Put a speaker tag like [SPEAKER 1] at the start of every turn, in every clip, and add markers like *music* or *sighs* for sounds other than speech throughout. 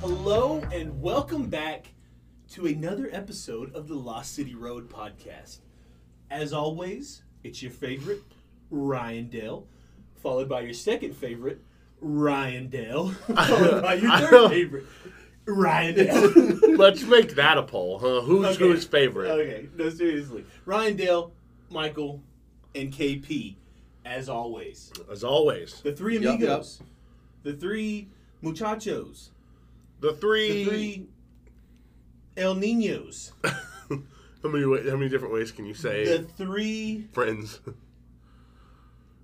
[SPEAKER 1] Hello and welcome back to another episode of the Lost City Road podcast. As always, it's your favorite, Ryan Dale, followed by your second favorite, Ryan Dale, *laughs* followed by your third favorite, Ryan Dale.
[SPEAKER 2] *laughs*
[SPEAKER 3] Let's make that a poll, huh? Who's
[SPEAKER 1] Okay.
[SPEAKER 3] who's favorite?
[SPEAKER 1] okay, no, seriously. Ryan Dale, Michael, and KP, as always.
[SPEAKER 3] As always,
[SPEAKER 1] The three
[SPEAKER 2] Yup, yup.
[SPEAKER 1] amigos, the three muchachos,
[SPEAKER 3] the three.
[SPEAKER 1] the three El Ninos.
[SPEAKER 3] How many wa- how many different ways can you say
[SPEAKER 1] The three.
[SPEAKER 3] friends?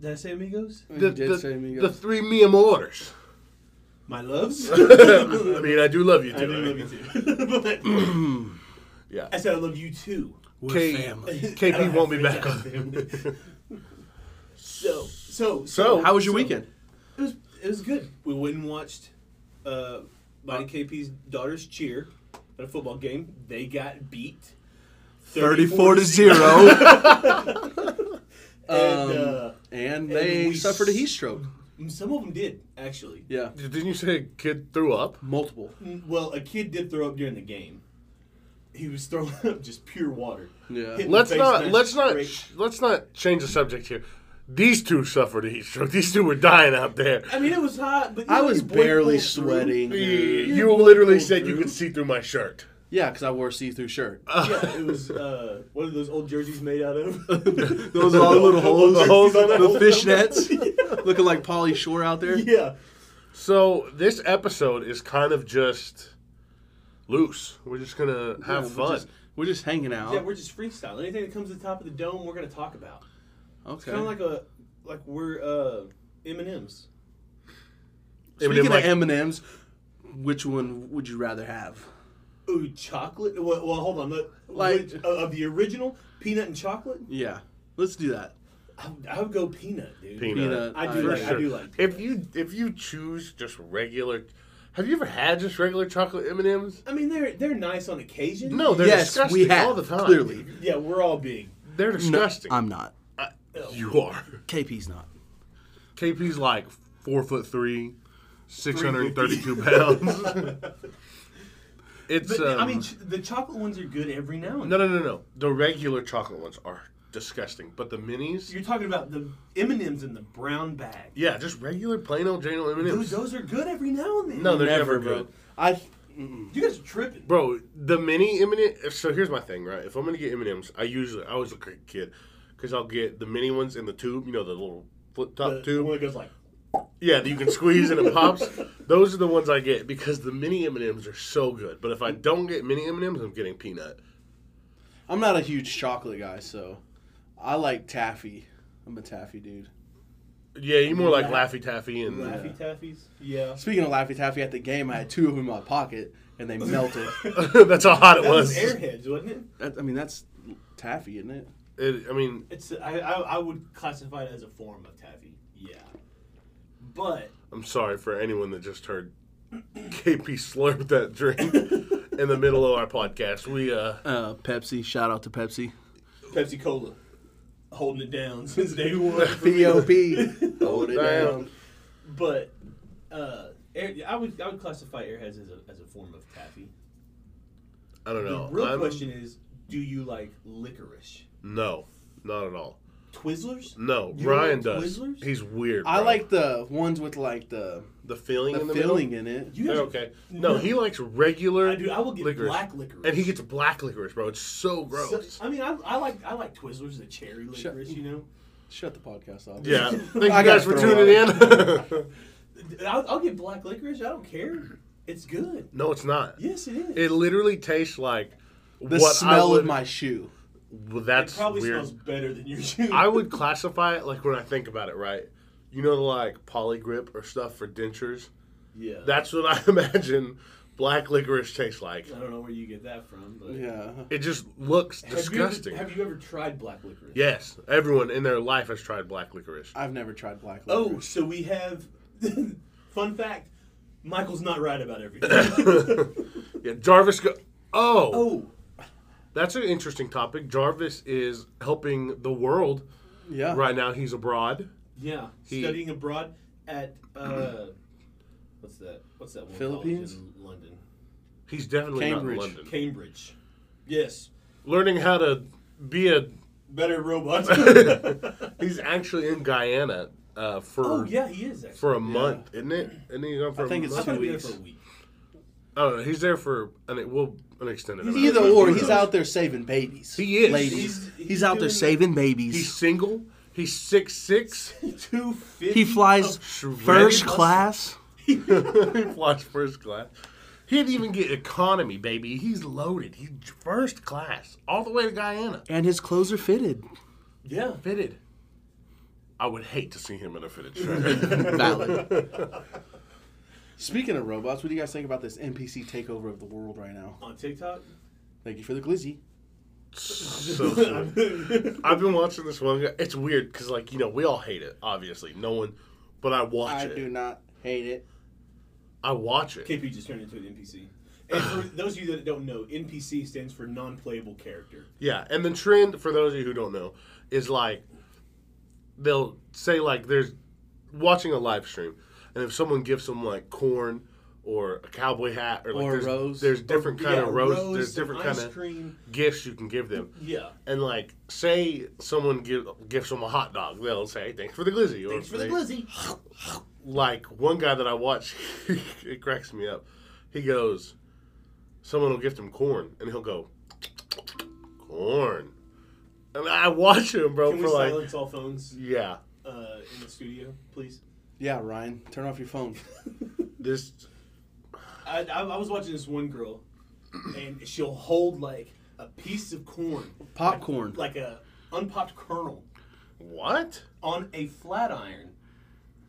[SPEAKER 1] Did I say amigos?
[SPEAKER 3] *laughs*
[SPEAKER 2] You
[SPEAKER 3] The,
[SPEAKER 2] did
[SPEAKER 3] the-
[SPEAKER 2] say me.
[SPEAKER 3] the three
[SPEAKER 1] *laughs*
[SPEAKER 3] me orders.
[SPEAKER 1] My
[SPEAKER 2] *laughs*
[SPEAKER 1] loves.
[SPEAKER 3] *laughs* I mean, I do love you too.
[SPEAKER 1] I do love you too. *laughs*
[SPEAKER 3] Yeah.
[SPEAKER 1] I said I love you too.
[SPEAKER 3] We're
[SPEAKER 2] K-
[SPEAKER 3] *laughs* family.
[SPEAKER 1] I don't
[SPEAKER 3] KP won't be
[SPEAKER 1] have *laughs*
[SPEAKER 3] back
[SPEAKER 1] friends,
[SPEAKER 3] on.
[SPEAKER 1] So, so,
[SPEAKER 3] So,
[SPEAKER 2] How was your
[SPEAKER 1] so-
[SPEAKER 2] weekend?
[SPEAKER 1] It was, it was good. We went and watched uh, mine and KP's daughters cheer at a football game. They got beat,
[SPEAKER 3] *laughs*
[SPEAKER 2] 34 to
[SPEAKER 1] *laughs*
[SPEAKER 2] 0.
[SPEAKER 1] and
[SPEAKER 2] Um,
[SPEAKER 1] uh,
[SPEAKER 2] and they
[SPEAKER 1] we
[SPEAKER 2] suffered a heat
[SPEAKER 1] s-
[SPEAKER 2] stroke.
[SPEAKER 1] some of them did actually. Mm,
[SPEAKER 2] Yeah.
[SPEAKER 3] Didn't you say a kid threw up?
[SPEAKER 2] Multiple.
[SPEAKER 1] Well, a kid did throw up during the game. He was throwing *laughs* up just pure water.
[SPEAKER 2] Yeah.
[SPEAKER 1] Hit the
[SPEAKER 3] Let's
[SPEAKER 1] face
[SPEAKER 3] not
[SPEAKER 1] mask
[SPEAKER 3] let's not
[SPEAKER 1] straight.
[SPEAKER 3] sh- let's not change the subject here. These two suffered a heat stroke. These two were dying out there.
[SPEAKER 1] I mean, it was hot, but you
[SPEAKER 2] I
[SPEAKER 1] know,
[SPEAKER 2] was
[SPEAKER 1] your boy
[SPEAKER 2] barely
[SPEAKER 1] pulled through.
[SPEAKER 2] sweating.
[SPEAKER 3] You,
[SPEAKER 1] Your boy
[SPEAKER 3] literally
[SPEAKER 1] pulled
[SPEAKER 3] said you
[SPEAKER 1] through.
[SPEAKER 3] could see through my shirt.
[SPEAKER 2] Yeah, because I wore a see through shirt.
[SPEAKER 1] *laughs* yeah, it was uh, what are those old jerseys made out
[SPEAKER 2] *laughs*
[SPEAKER 1] of? *laughs*
[SPEAKER 2] Those are all the little holes,
[SPEAKER 3] The holes on the-
[SPEAKER 2] *laughs* the fishnets, looking like Polly Shore out there.
[SPEAKER 1] yeah,
[SPEAKER 3] So this episode is kind of just loose. We're just gonna have
[SPEAKER 2] Yeah,
[SPEAKER 3] fun.
[SPEAKER 2] We're just, we're just hanging out.
[SPEAKER 1] yeah, we're just freestyle. Anything that comes to the top of the dome, we're gonna talk about.
[SPEAKER 2] okay.
[SPEAKER 1] Kind of like a like we're uh, M and M's.
[SPEAKER 2] Speaking
[SPEAKER 3] Eminem, like-
[SPEAKER 2] of M and M's, which one would you rather have?
[SPEAKER 1] Ooh, chocolate. Well, well hold on. Look,
[SPEAKER 2] Like-
[SPEAKER 1] which, uh, of the original peanut and chocolate,
[SPEAKER 2] Yeah, let's do that.
[SPEAKER 1] I, would- I would go peanut, dude.
[SPEAKER 3] Peanut.
[SPEAKER 2] Peanut.
[SPEAKER 1] I do
[SPEAKER 3] for
[SPEAKER 1] like.
[SPEAKER 3] sure.
[SPEAKER 1] I do like. Peanut.
[SPEAKER 3] If you if you choose just regular, have you ever had just regular chocolate M and M's?
[SPEAKER 1] I mean, they're they're nice on occasion.
[SPEAKER 3] No, they're
[SPEAKER 2] yes,
[SPEAKER 3] disgusting
[SPEAKER 2] we have
[SPEAKER 3] all the time.
[SPEAKER 2] clearly.
[SPEAKER 1] Yeah, we're all big.
[SPEAKER 3] they're disgusting.
[SPEAKER 2] I'm not.
[SPEAKER 3] you are.
[SPEAKER 2] KP's not.
[SPEAKER 3] KP's like four foot three, six hundred and thirty two pounds. *laughs* it's.
[SPEAKER 1] But I
[SPEAKER 3] um,
[SPEAKER 1] mean, ch- the chocolate ones are good every now and
[SPEAKER 3] no, no, no, no. The regular chocolate ones are disgusting, but the minis.
[SPEAKER 1] You're talking about the M and M's in the brown bag.
[SPEAKER 3] Yeah, just regular plain old Jane M and
[SPEAKER 1] Those,
[SPEAKER 3] M's.
[SPEAKER 1] those are good every now and then.
[SPEAKER 3] No, they're never,
[SPEAKER 2] bro.
[SPEAKER 3] good.
[SPEAKER 2] I.
[SPEAKER 1] you guys are tripping.
[SPEAKER 3] Bro, the mini M and M's. So here's my thing, right? If I'm gonna get M and M's, I usually I always look like a kid because I'll get the mini ones in the tube. You know, the little flip top
[SPEAKER 1] The, the
[SPEAKER 3] tube.
[SPEAKER 1] one that goes like,
[SPEAKER 3] Yeah, that you can squeeze and it
[SPEAKER 1] *laughs*
[SPEAKER 3] pops. Those are the ones I get because the mini M and M's are so good. But if I don't get mini M and M's, I'm getting peanut.
[SPEAKER 2] I'm not a huge chocolate guy, so I like taffy. I'm a taffy dude.
[SPEAKER 3] Yeah, you more like Laffy Taffy and
[SPEAKER 1] Laffy Taffies. Yeah.
[SPEAKER 2] Speaking of Laffy Taffy, at the game I had two of them in my pocket and they melted.
[SPEAKER 3] *laughs* that's how hot it
[SPEAKER 1] That was
[SPEAKER 3] was.
[SPEAKER 1] Airheads, wasn't it?
[SPEAKER 2] that, I mean, that's taffy, isn't it?
[SPEAKER 3] It, I mean,
[SPEAKER 1] It's I, I I would classify it as a form of taffy. Yeah. But
[SPEAKER 3] I'm sorry for anyone that just heard KP slurp that drink in the middle of our podcast. We uh,
[SPEAKER 2] Uh, Pepsi. Shout out to Pepsi.
[SPEAKER 1] Pepsi Cola holding it down *laughs* since day one.
[SPEAKER 3] *laughs*
[SPEAKER 2] P.O.P. Hold it
[SPEAKER 3] Damn.
[SPEAKER 2] down.
[SPEAKER 1] but uh, air, I would I would classify Airheads as a as a form of taffy.
[SPEAKER 3] I don't know.
[SPEAKER 1] the real
[SPEAKER 3] I'm-
[SPEAKER 1] question is, do you like licorice?
[SPEAKER 3] No, not at all.
[SPEAKER 1] Twizzlers?
[SPEAKER 3] No,
[SPEAKER 1] You
[SPEAKER 3] Ryan
[SPEAKER 1] like
[SPEAKER 3] does.
[SPEAKER 1] Twizzlers?
[SPEAKER 3] He's weird.
[SPEAKER 2] I
[SPEAKER 3] bro.
[SPEAKER 2] like the ones with like the,
[SPEAKER 3] the filling
[SPEAKER 2] the
[SPEAKER 3] in the
[SPEAKER 2] filling
[SPEAKER 3] middle.
[SPEAKER 2] in it.
[SPEAKER 1] You
[SPEAKER 3] They're
[SPEAKER 1] guys-
[SPEAKER 3] okay. No, he likes regular.
[SPEAKER 1] I, dude, I will get
[SPEAKER 3] licorice.
[SPEAKER 1] black licorice.
[SPEAKER 3] And he gets black licorice, bro. It's so gross.
[SPEAKER 1] So, I mean, I, I like I like Twizzlers, the cherry
[SPEAKER 2] Shut-
[SPEAKER 1] licorice. You know,
[SPEAKER 2] Shut the podcast
[SPEAKER 1] *laughs*
[SPEAKER 2] off.
[SPEAKER 3] yeah. Thank you
[SPEAKER 2] I
[SPEAKER 3] guys for
[SPEAKER 2] gotta throw
[SPEAKER 3] tuning in. *laughs*
[SPEAKER 1] I'll, I'll get black licorice. I don't care. It's good.
[SPEAKER 3] no, it's not.
[SPEAKER 1] Yes, it is.
[SPEAKER 3] It literally tastes like
[SPEAKER 2] The
[SPEAKER 3] what
[SPEAKER 2] smell
[SPEAKER 3] I would,
[SPEAKER 2] of my shoe.
[SPEAKER 3] Well,
[SPEAKER 1] It
[SPEAKER 3] that's
[SPEAKER 1] probably
[SPEAKER 3] weird.
[SPEAKER 1] smells better than your shoe.
[SPEAKER 3] I would classify it like when I think about it, right? You know, like poly grip or stuff for dentures.
[SPEAKER 1] *laughs* yeah.
[SPEAKER 3] That's what *laughs* I imagine black licorice tastes like.
[SPEAKER 1] I don't know where you get that from, but
[SPEAKER 2] Yeah.
[SPEAKER 3] It just looks
[SPEAKER 1] Have you ever-
[SPEAKER 3] disgusting.
[SPEAKER 1] Have you ever, tried black licorice?
[SPEAKER 3] Yes, everyone in their life has tried black licorice.
[SPEAKER 2] I've never tried black
[SPEAKER 1] Oh,
[SPEAKER 2] licorice.
[SPEAKER 1] so we have. *laughs* fun fact: Michael's not right about
[SPEAKER 3] *laughs*
[SPEAKER 1] everything.
[SPEAKER 3] Yeah, Jarvis. Go- oh,
[SPEAKER 1] oh,
[SPEAKER 3] that's an interesting topic. Jarvis is helping the world
[SPEAKER 1] Uh.
[SPEAKER 2] yeah.
[SPEAKER 3] right now. He's abroad.
[SPEAKER 1] yeah.
[SPEAKER 3] He-
[SPEAKER 1] Studying abroad at uh, what's that? What's that one? college
[SPEAKER 2] Philippines?
[SPEAKER 1] in London.
[SPEAKER 3] He's definitely
[SPEAKER 2] Cambridge.
[SPEAKER 3] not in London.
[SPEAKER 1] Cambridge. Yes.
[SPEAKER 3] Learning how to be a. *laughs*
[SPEAKER 1] Better robots. *laughs*
[SPEAKER 3] he's actually in Guyana uh, for
[SPEAKER 1] oh yeah, he is. Actually.
[SPEAKER 3] for a month, isn't it? Isn't he gone for
[SPEAKER 2] I
[SPEAKER 3] a
[SPEAKER 2] think it's
[SPEAKER 1] I
[SPEAKER 3] month?
[SPEAKER 1] thought he was
[SPEAKER 2] two
[SPEAKER 1] there for a
[SPEAKER 2] weeks.
[SPEAKER 1] week.
[SPEAKER 3] Oh, no, he's there for an e, well an extended amount. of
[SPEAKER 2] Either
[SPEAKER 3] time.
[SPEAKER 2] or,
[SPEAKER 3] Who
[SPEAKER 2] he's
[SPEAKER 3] knows?
[SPEAKER 2] out there saving babies.
[SPEAKER 3] He is.
[SPEAKER 2] Ladies.
[SPEAKER 1] He's-
[SPEAKER 2] He's,
[SPEAKER 1] he's
[SPEAKER 2] out there
[SPEAKER 1] doing-
[SPEAKER 2] saving babies.
[SPEAKER 3] He's single. He's six six. *laughs*
[SPEAKER 1] Two fifty.
[SPEAKER 4] He flies
[SPEAKER 1] Oh,
[SPEAKER 3] Oh, Ready
[SPEAKER 4] first
[SPEAKER 3] to
[SPEAKER 4] class.
[SPEAKER 3] he flies first class. He didn't even get economy, baby. He's loaded. He's first class, all the way to Guyana.
[SPEAKER 4] And his clothes are fitted.
[SPEAKER 1] Yeah.
[SPEAKER 3] Fitted. I would hate to see him in a fitted
[SPEAKER 2] *laughs*
[SPEAKER 3] shirt.
[SPEAKER 4] Valid.
[SPEAKER 2] Speaking of robots, what do you guys think about this NPC takeover of the world right now?
[SPEAKER 1] On
[SPEAKER 3] *laughs*
[SPEAKER 1] TikTok.
[SPEAKER 2] Thank you for the glizzy.
[SPEAKER 3] so funny. I've been watching this one. guy. It's weird because, like, you know, we all hate it. Obviously, no one. But I watch
[SPEAKER 2] I
[SPEAKER 3] it.
[SPEAKER 2] do not hate it.
[SPEAKER 3] I watch it.
[SPEAKER 1] KP just turned into an NPC. And
[SPEAKER 3] *sighs*
[SPEAKER 1] for those of you that don't know, NPC stands for non-playable character.
[SPEAKER 3] Yeah, and the trend for those of you who don't know is like they'll say like there's watching a live stream, and if someone gives them like corn or a cowboy hat or like
[SPEAKER 2] Or
[SPEAKER 3] there's,
[SPEAKER 2] rose.
[SPEAKER 3] there's different kind
[SPEAKER 1] Oh, Yeah,
[SPEAKER 3] of rose,
[SPEAKER 1] rose,
[SPEAKER 3] there's
[SPEAKER 1] some
[SPEAKER 3] different
[SPEAKER 1] ice
[SPEAKER 3] kind of
[SPEAKER 1] cream.
[SPEAKER 3] gifts you can give them.
[SPEAKER 1] Yeah.
[SPEAKER 3] And like, say someone give, gives them a hot dog, they'll say thanks for the glizzy. or
[SPEAKER 1] Thanks for the
[SPEAKER 3] they-
[SPEAKER 1] glizzy.
[SPEAKER 3] *sighs* like one guy that I watch, *laughs* it cracks me up. He goes, someone will gift him corn, and he'll go, corn. And I watch him, bro,
[SPEAKER 1] Can we
[SPEAKER 3] for like,
[SPEAKER 1] silence all phones
[SPEAKER 3] yeah,
[SPEAKER 1] uh, in the studio, please?
[SPEAKER 2] Yeah, Ryan, turn off your phone.
[SPEAKER 3] this,
[SPEAKER 1] I, I, I was watching this one girl, and she'll hold like a piece of corn,
[SPEAKER 2] Popcorn.
[SPEAKER 1] like a unpopped kernel,
[SPEAKER 3] what?
[SPEAKER 1] on a flat iron,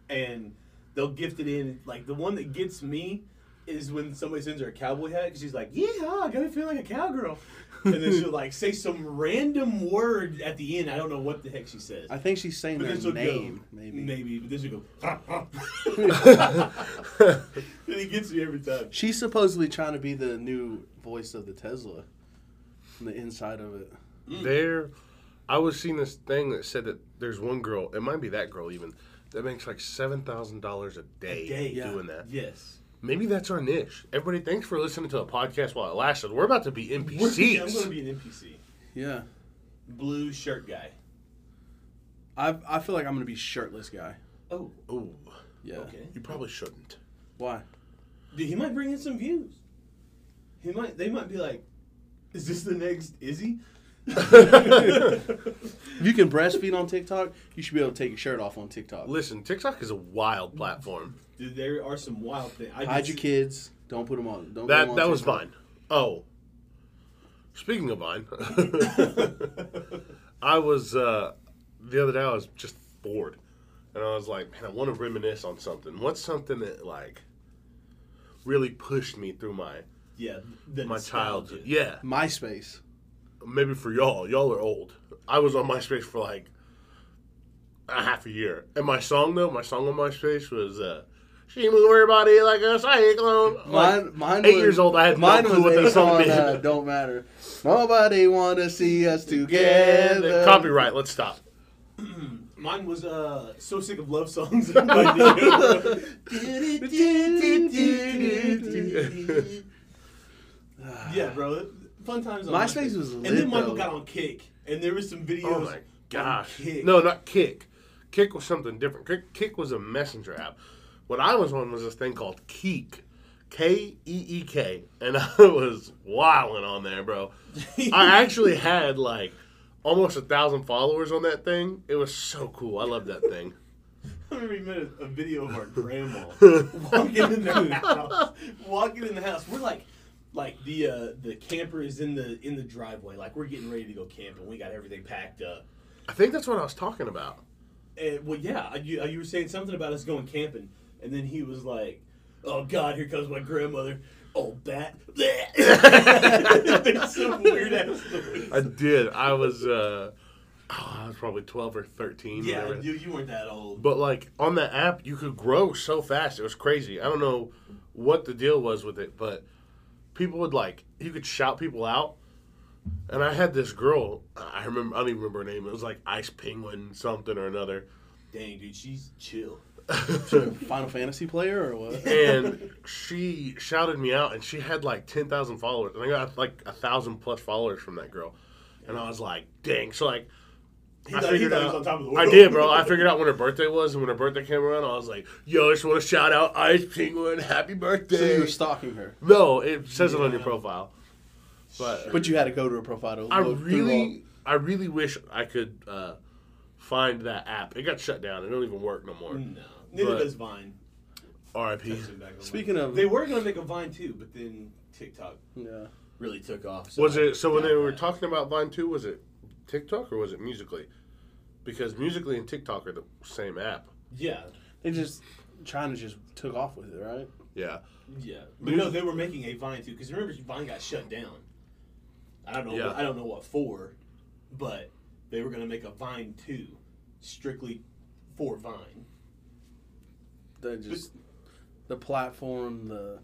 [SPEAKER 1] and they'll gift it in. Like the one that gets me is when somebody sends her a cowboy hat because she's like, "Yeah, I got me feeling like a cowgirl," and then she'll like say some random word at the end. I don't know what the heck she says.
[SPEAKER 2] I think she's saying
[SPEAKER 1] But
[SPEAKER 2] their
[SPEAKER 1] this would
[SPEAKER 2] name,
[SPEAKER 1] go,
[SPEAKER 2] maybe.
[SPEAKER 1] But this would go. *laughs* and it gets me every time.
[SPEAKER 2] She's supposedly trying to be the new voice of the Tesla from the inside of it.
[SPEAKER 1] Mm.
[SPEAKER 3] There, I was seeing this thing that said that there's one girl, it might be that girl even, that makes like $7,000 a day,
[SPEAKER 1] day, yeah.
[SPEAKER 3] doing that.
[SPEAKER 1] Yes.
[SPEAKER 3] Maybe that's our niche. Everybody, thanks for listening to the podcast while it lasted. We're about to be
[SPEAKER 1] *laughs* We're- yeah, I'm
[SPEAKER 3] NPCs.
[SPEAKER 1] going to be an NPC.
[SPEAKER 2] Yeah.
[SPEAKER 1] Blue shirt guy.
[SPEAKER 2] I I feel like I'm gonna be shirtless guy.
[SPEAKER 1] Oh,
[SPEAKER 3] Ooh,
[SPEAKER 2] Yeah.
[SPEAKER 1] okay.
[SPEAKER 3] you probably shouldn't.
[SPEAKER 2] Why?
[SPEAKER 1] Dude, he might bring in some views. He might. They might be like, "Is this the next
[SPEAKER 3] *laughs*
[SPEAKER 1] Izzy?"
[SPEAKER 2] If you can breastfeed on TikTok, you should be able to take your shirt off on TikTok.
[SPEAKER 3] Listen, TikTok is a wild platform.
[SPEAKER 1] Dude, there are some wild things. I
[SPEAKER 2] Hide
[SPEAKER 1] just-
[SPEAKER 2] your kids. Don't put them on. Don't put 'em
[SPEAKER 3] That
[SPEAKER 2] on
[SPEAKER 3] that was
[SPEAKER 2] TikTok.
[SPEAKER 3] Vine. Oh, speaking of Vine, *laughs* I was uh, the other day. I was just bored, and I was like, man, I want to reminisce on something. What's something that like really pushed me through my
[SPEAKER 1] Yeah. The
[SPEAKER 3] my
[SPEAKER 1] nostalgia.
[SPEAKER 3] childhood? Yeah,
[SPEAKER 2] MySpace.
[SPEAKER 3] maybe for y'all. Y'all are old. I was on MySpace for like a half a year, and my song though, my song on MySpace was. Uh, she move her body like a cyclone. Like,
[SPEAKER 2] Mine, mine
[SPEAKER 3] eight
[SPEAKER 2] was-
[SPEAKER 3] years old. I had
[SPEAKER 2] mine
[SPEAKER 3] no clue
[SPEAKER 2] was
[SPEAKER 3] what that
[SPEAKER 2] based
[SPEAKER 3] song
[SPEAKER 2] on
[SPEAKER 3] meant.
[SPEAKER 2] uh, "Don't Matter." Nobody wanna
[SPEAKER 3] *laughs*
[SPEAKER 2] see us together.
[SPEAKER 3] Copyright. Let's stop.
[SPEAKER 1] Mine was uh, so sick of love songs. *laughs*
[SPEAKER 2] *laughs*
[SPEAKER 1] yeah, bro. Fun times on
[SPEAKER 2] MySpace was
[SPEAKER 1] And
[SPEAKER 2] lit,
[SPEAKER 1] then Michael
[SPEAKER 2] though.
[SPEAKER 1] got on Kick, and there was some videos.
[SPEAKER 3] Oh my
[SPEAKER 1] on
[SPEAKER 3] gosh.
[SPEAKER 1] Kick.
[SPEAKER 3] No, not Kick. Kick was something different. Kick, Kick was a messenger app. What I was on was this thing called Keek. K E E K. And *laughs* I was wilding on there, bro.
[SPEAKER 1] *laughs*
[SPEAKER 3] I actually had like almost a thousand followers on that thing. It was so cool. I love that thing.
[SPEAKER 1] I remember we made a, a video
[SPEAKER 3] *laughs*
[SPEAKER 1] of our grandma walking in the house. Walking in the house, we're like, like the uh, the camper is in the in the driveway. Like we're getting ready to go camping. We got everything packed up.
[SPEAKER 3] I think that's what I was talking about.
[SPEAKER 1] And well, yeah, you, uh, you were saying something about us going camping, and then he was like, "Oh God, here comes my grandmother." Old bat. *laughs* There's some weird
[SPEAKER 3] *laughs*
[SPEAKER 1] ass noise.
[SPEAKER 3] I did. I was uh oh, I was probably twelve or thirteen.
[SPEAKER 1] Yeah,
[SPEAKER 3] whatever.
[SPEAKER 1] you, you weren't that old.
[SPEAKER 3] But like on that app, you could grow so fast. It was crazy. I don't know what the deal was with it, but people would like you could shout people out. And I had this girl. I remember. I don't even remember her name. It was like Ice Penguin something or another.
[SPEAKER 1] Dang, dude, she's chill.
[SPEAKER 2] *laughs* Final Fantasy player or what?
[SPEAKER 3] and she shouted me out, and she had like ten thousand followers, and I got like a thousand plus followers from that girl, and I was like, dang. So like,
[SPEAKER 5] He
[SPEAKER 3] I
[SPEAKER 5] thought- he
[SPEAKER 3] figured
[SPEAKER 5] thought he was
[SPEAKER 3] out.
[SPEAKER 5] on top of the
[SPEAKER 3] I
[SPEAKER 5] world.
[SPEAKER 3] did, bro. I figured out when her birthday was, and when her birthday came around, I was like, yo, I just want to shout out Ice Penguin, happy birthday.
[SPEAKER 2] So you were stalking her,
[SPEAKER 3] no, it says it on your profile, but
[SPEAKER 2] but you had to go to her profile to
[SPEAKER 3] I
[SPEAKER 2] look through
[SPEAKER 3] really, I really wish I could uh, find that app. It got shut down. It don't even work no more.
[SPEAKER 1] *laughs*
[SPEAKER 5] Mm.
[SPEAKER 1] No, neither
[SPEAKER 3] But-
[SPEAKER 1] does Vine.
[SPEAKER 3] R.I.P.
[SPEAKER 2] all- Speaking of,
[SPEAKER 1] They were gonna make a Vine too, but then TikTok
[SPEAKER 2] yeah,
[SPEAKER 1] really took off.
[SPEAKER 3] Was it so when
[SPEAKER 1] Yeah,
[SPEAKER 3] they were
[SPEAKER 1] Vine.
[SPEAKER 3] talking about Vine Two? Was it TikTok or was it Musically? Because Musically and TikTok are the same app.
[SPEAKER 1] Yeah,
[SPEAKER 2] they just China just took off with it, right?
[SPEAKER 3] Yeah,
[SPEAKER 1] yeah. But no, they were making a Vine too because remember Vine got shut down. I don't know.
[SPEAKER 3] Yeah.
[SPEAKER 1] I don't know what for, but they were gonna make a Vine too, strictly for Vine.
[SPEAKER 2] They just the platform the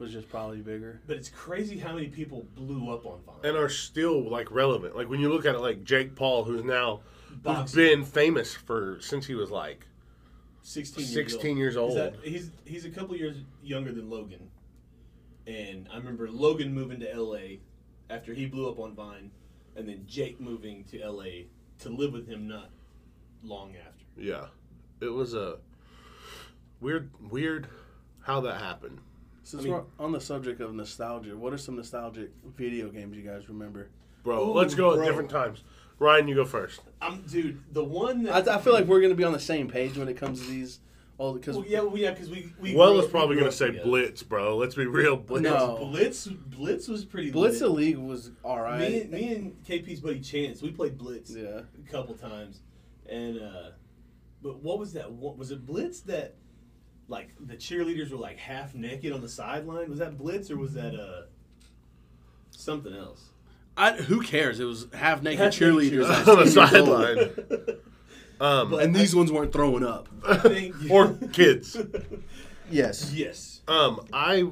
[SPEAKER 2] was just probably bigger.
[SPEAKER 1] But it's crazy how many people blew up on Vine.
[SPEAKER 3] and are still like relevant. Like when you look at it, like Jake Paul, who's now who's
[SPEAKER 1] Boxing.
[SPEAKER 3] been famous for since he was like
[SPEAKER 1] Sixteen. years old.
[SPEAKER 3] sixteen years
[SPEAKER 1] Is
[SPEAKER 3] old.
[SPEAKER 1] that- he's he's a couple years younger than Logan, and I remember Logan moving to L.A. after he blew up on Vine, and then Jake moving to L.A. to live with him not long after.
[SPEAKER 3] Yeah, it was a weird, weird how that happened.
[SPEAKER 2] Since
[SPEAKER 1] I mean-
[SPEAKER 2] we're on the subject of nostalgia, what are some nostalgic video games you guys remember?
[SPEAKER 3] Bro,
[SPEAKER 1] Ooh,
[SPEAKER 3] let's go
[SPEAKER 1] bro.
[SPEAKER 3] at different times. Ryan, you go first.
[SPEAKER 1] I'm dude. The one
[SPEAKER 2] I,
[SPEAKER 1] that
[SPEAKER 2] I feel like we're gonna be on the same page when it comes to these. All because
[SPEAKER 1] well, yeah, well, yeah, because we, we
[SPEAKER 3] well
[SPEAKER 1] grew
[SPEAKER 3] is
[SPEAKER 1] up- we
[SPEAKER 3] probably
[SPEAKER 1] grew
[SPEAKER 3] gonna
[SPEAKER 1] up
[SPEAKER 3] say
[SPEAKER 1] together.
[SPEAKER 3] Blitz, bro. Let's be real, Blitz. *laughs*
[SPEAKER 2] No.
[SPEAKER 1] Blitz Blitz was pretty.
[SPEAKER 2] Blitz the
[SPEAKER 1] lit.
[SPEAKER 2] League was all right.
[SPEAKER 1] Me, and- me and KP's buddy Chance, we played Blitz
[SPEAKER 2] yeah,
[SPEAKER 1] a couple times, and uh, but what was that? What was it? Blitz that like the cheerleaders were like half naked on the sideline. Was that Blitz or was that uh something else?
[SPEAKER 2] I, who cares? It was half naked
[SPEAKER 1] Half-naked
[SPEAKER 2] cheerleaders
[SPEAKER 1] cheerleaders.
[SPEAKER 3] *laughs*
[SPEAKER 2] at
[SPEAKER 3] On the
[SPEAKER 2] 16 years old.
[SPEAKER 3] sideline. Um,
[SPEAKER 1] But
[SPEAKER 2] and these ones weren't throwing up.
[SPEAKER 3] *laughs*
[SPEAKER 1] I think- *laughs*
[SPEAKER 2] *laughs*
[SPEAKER 3] or kids.
[SPEAKER 2] Yes.
[SPEAKER 1] yes.
[SPEAKER 3] Um, I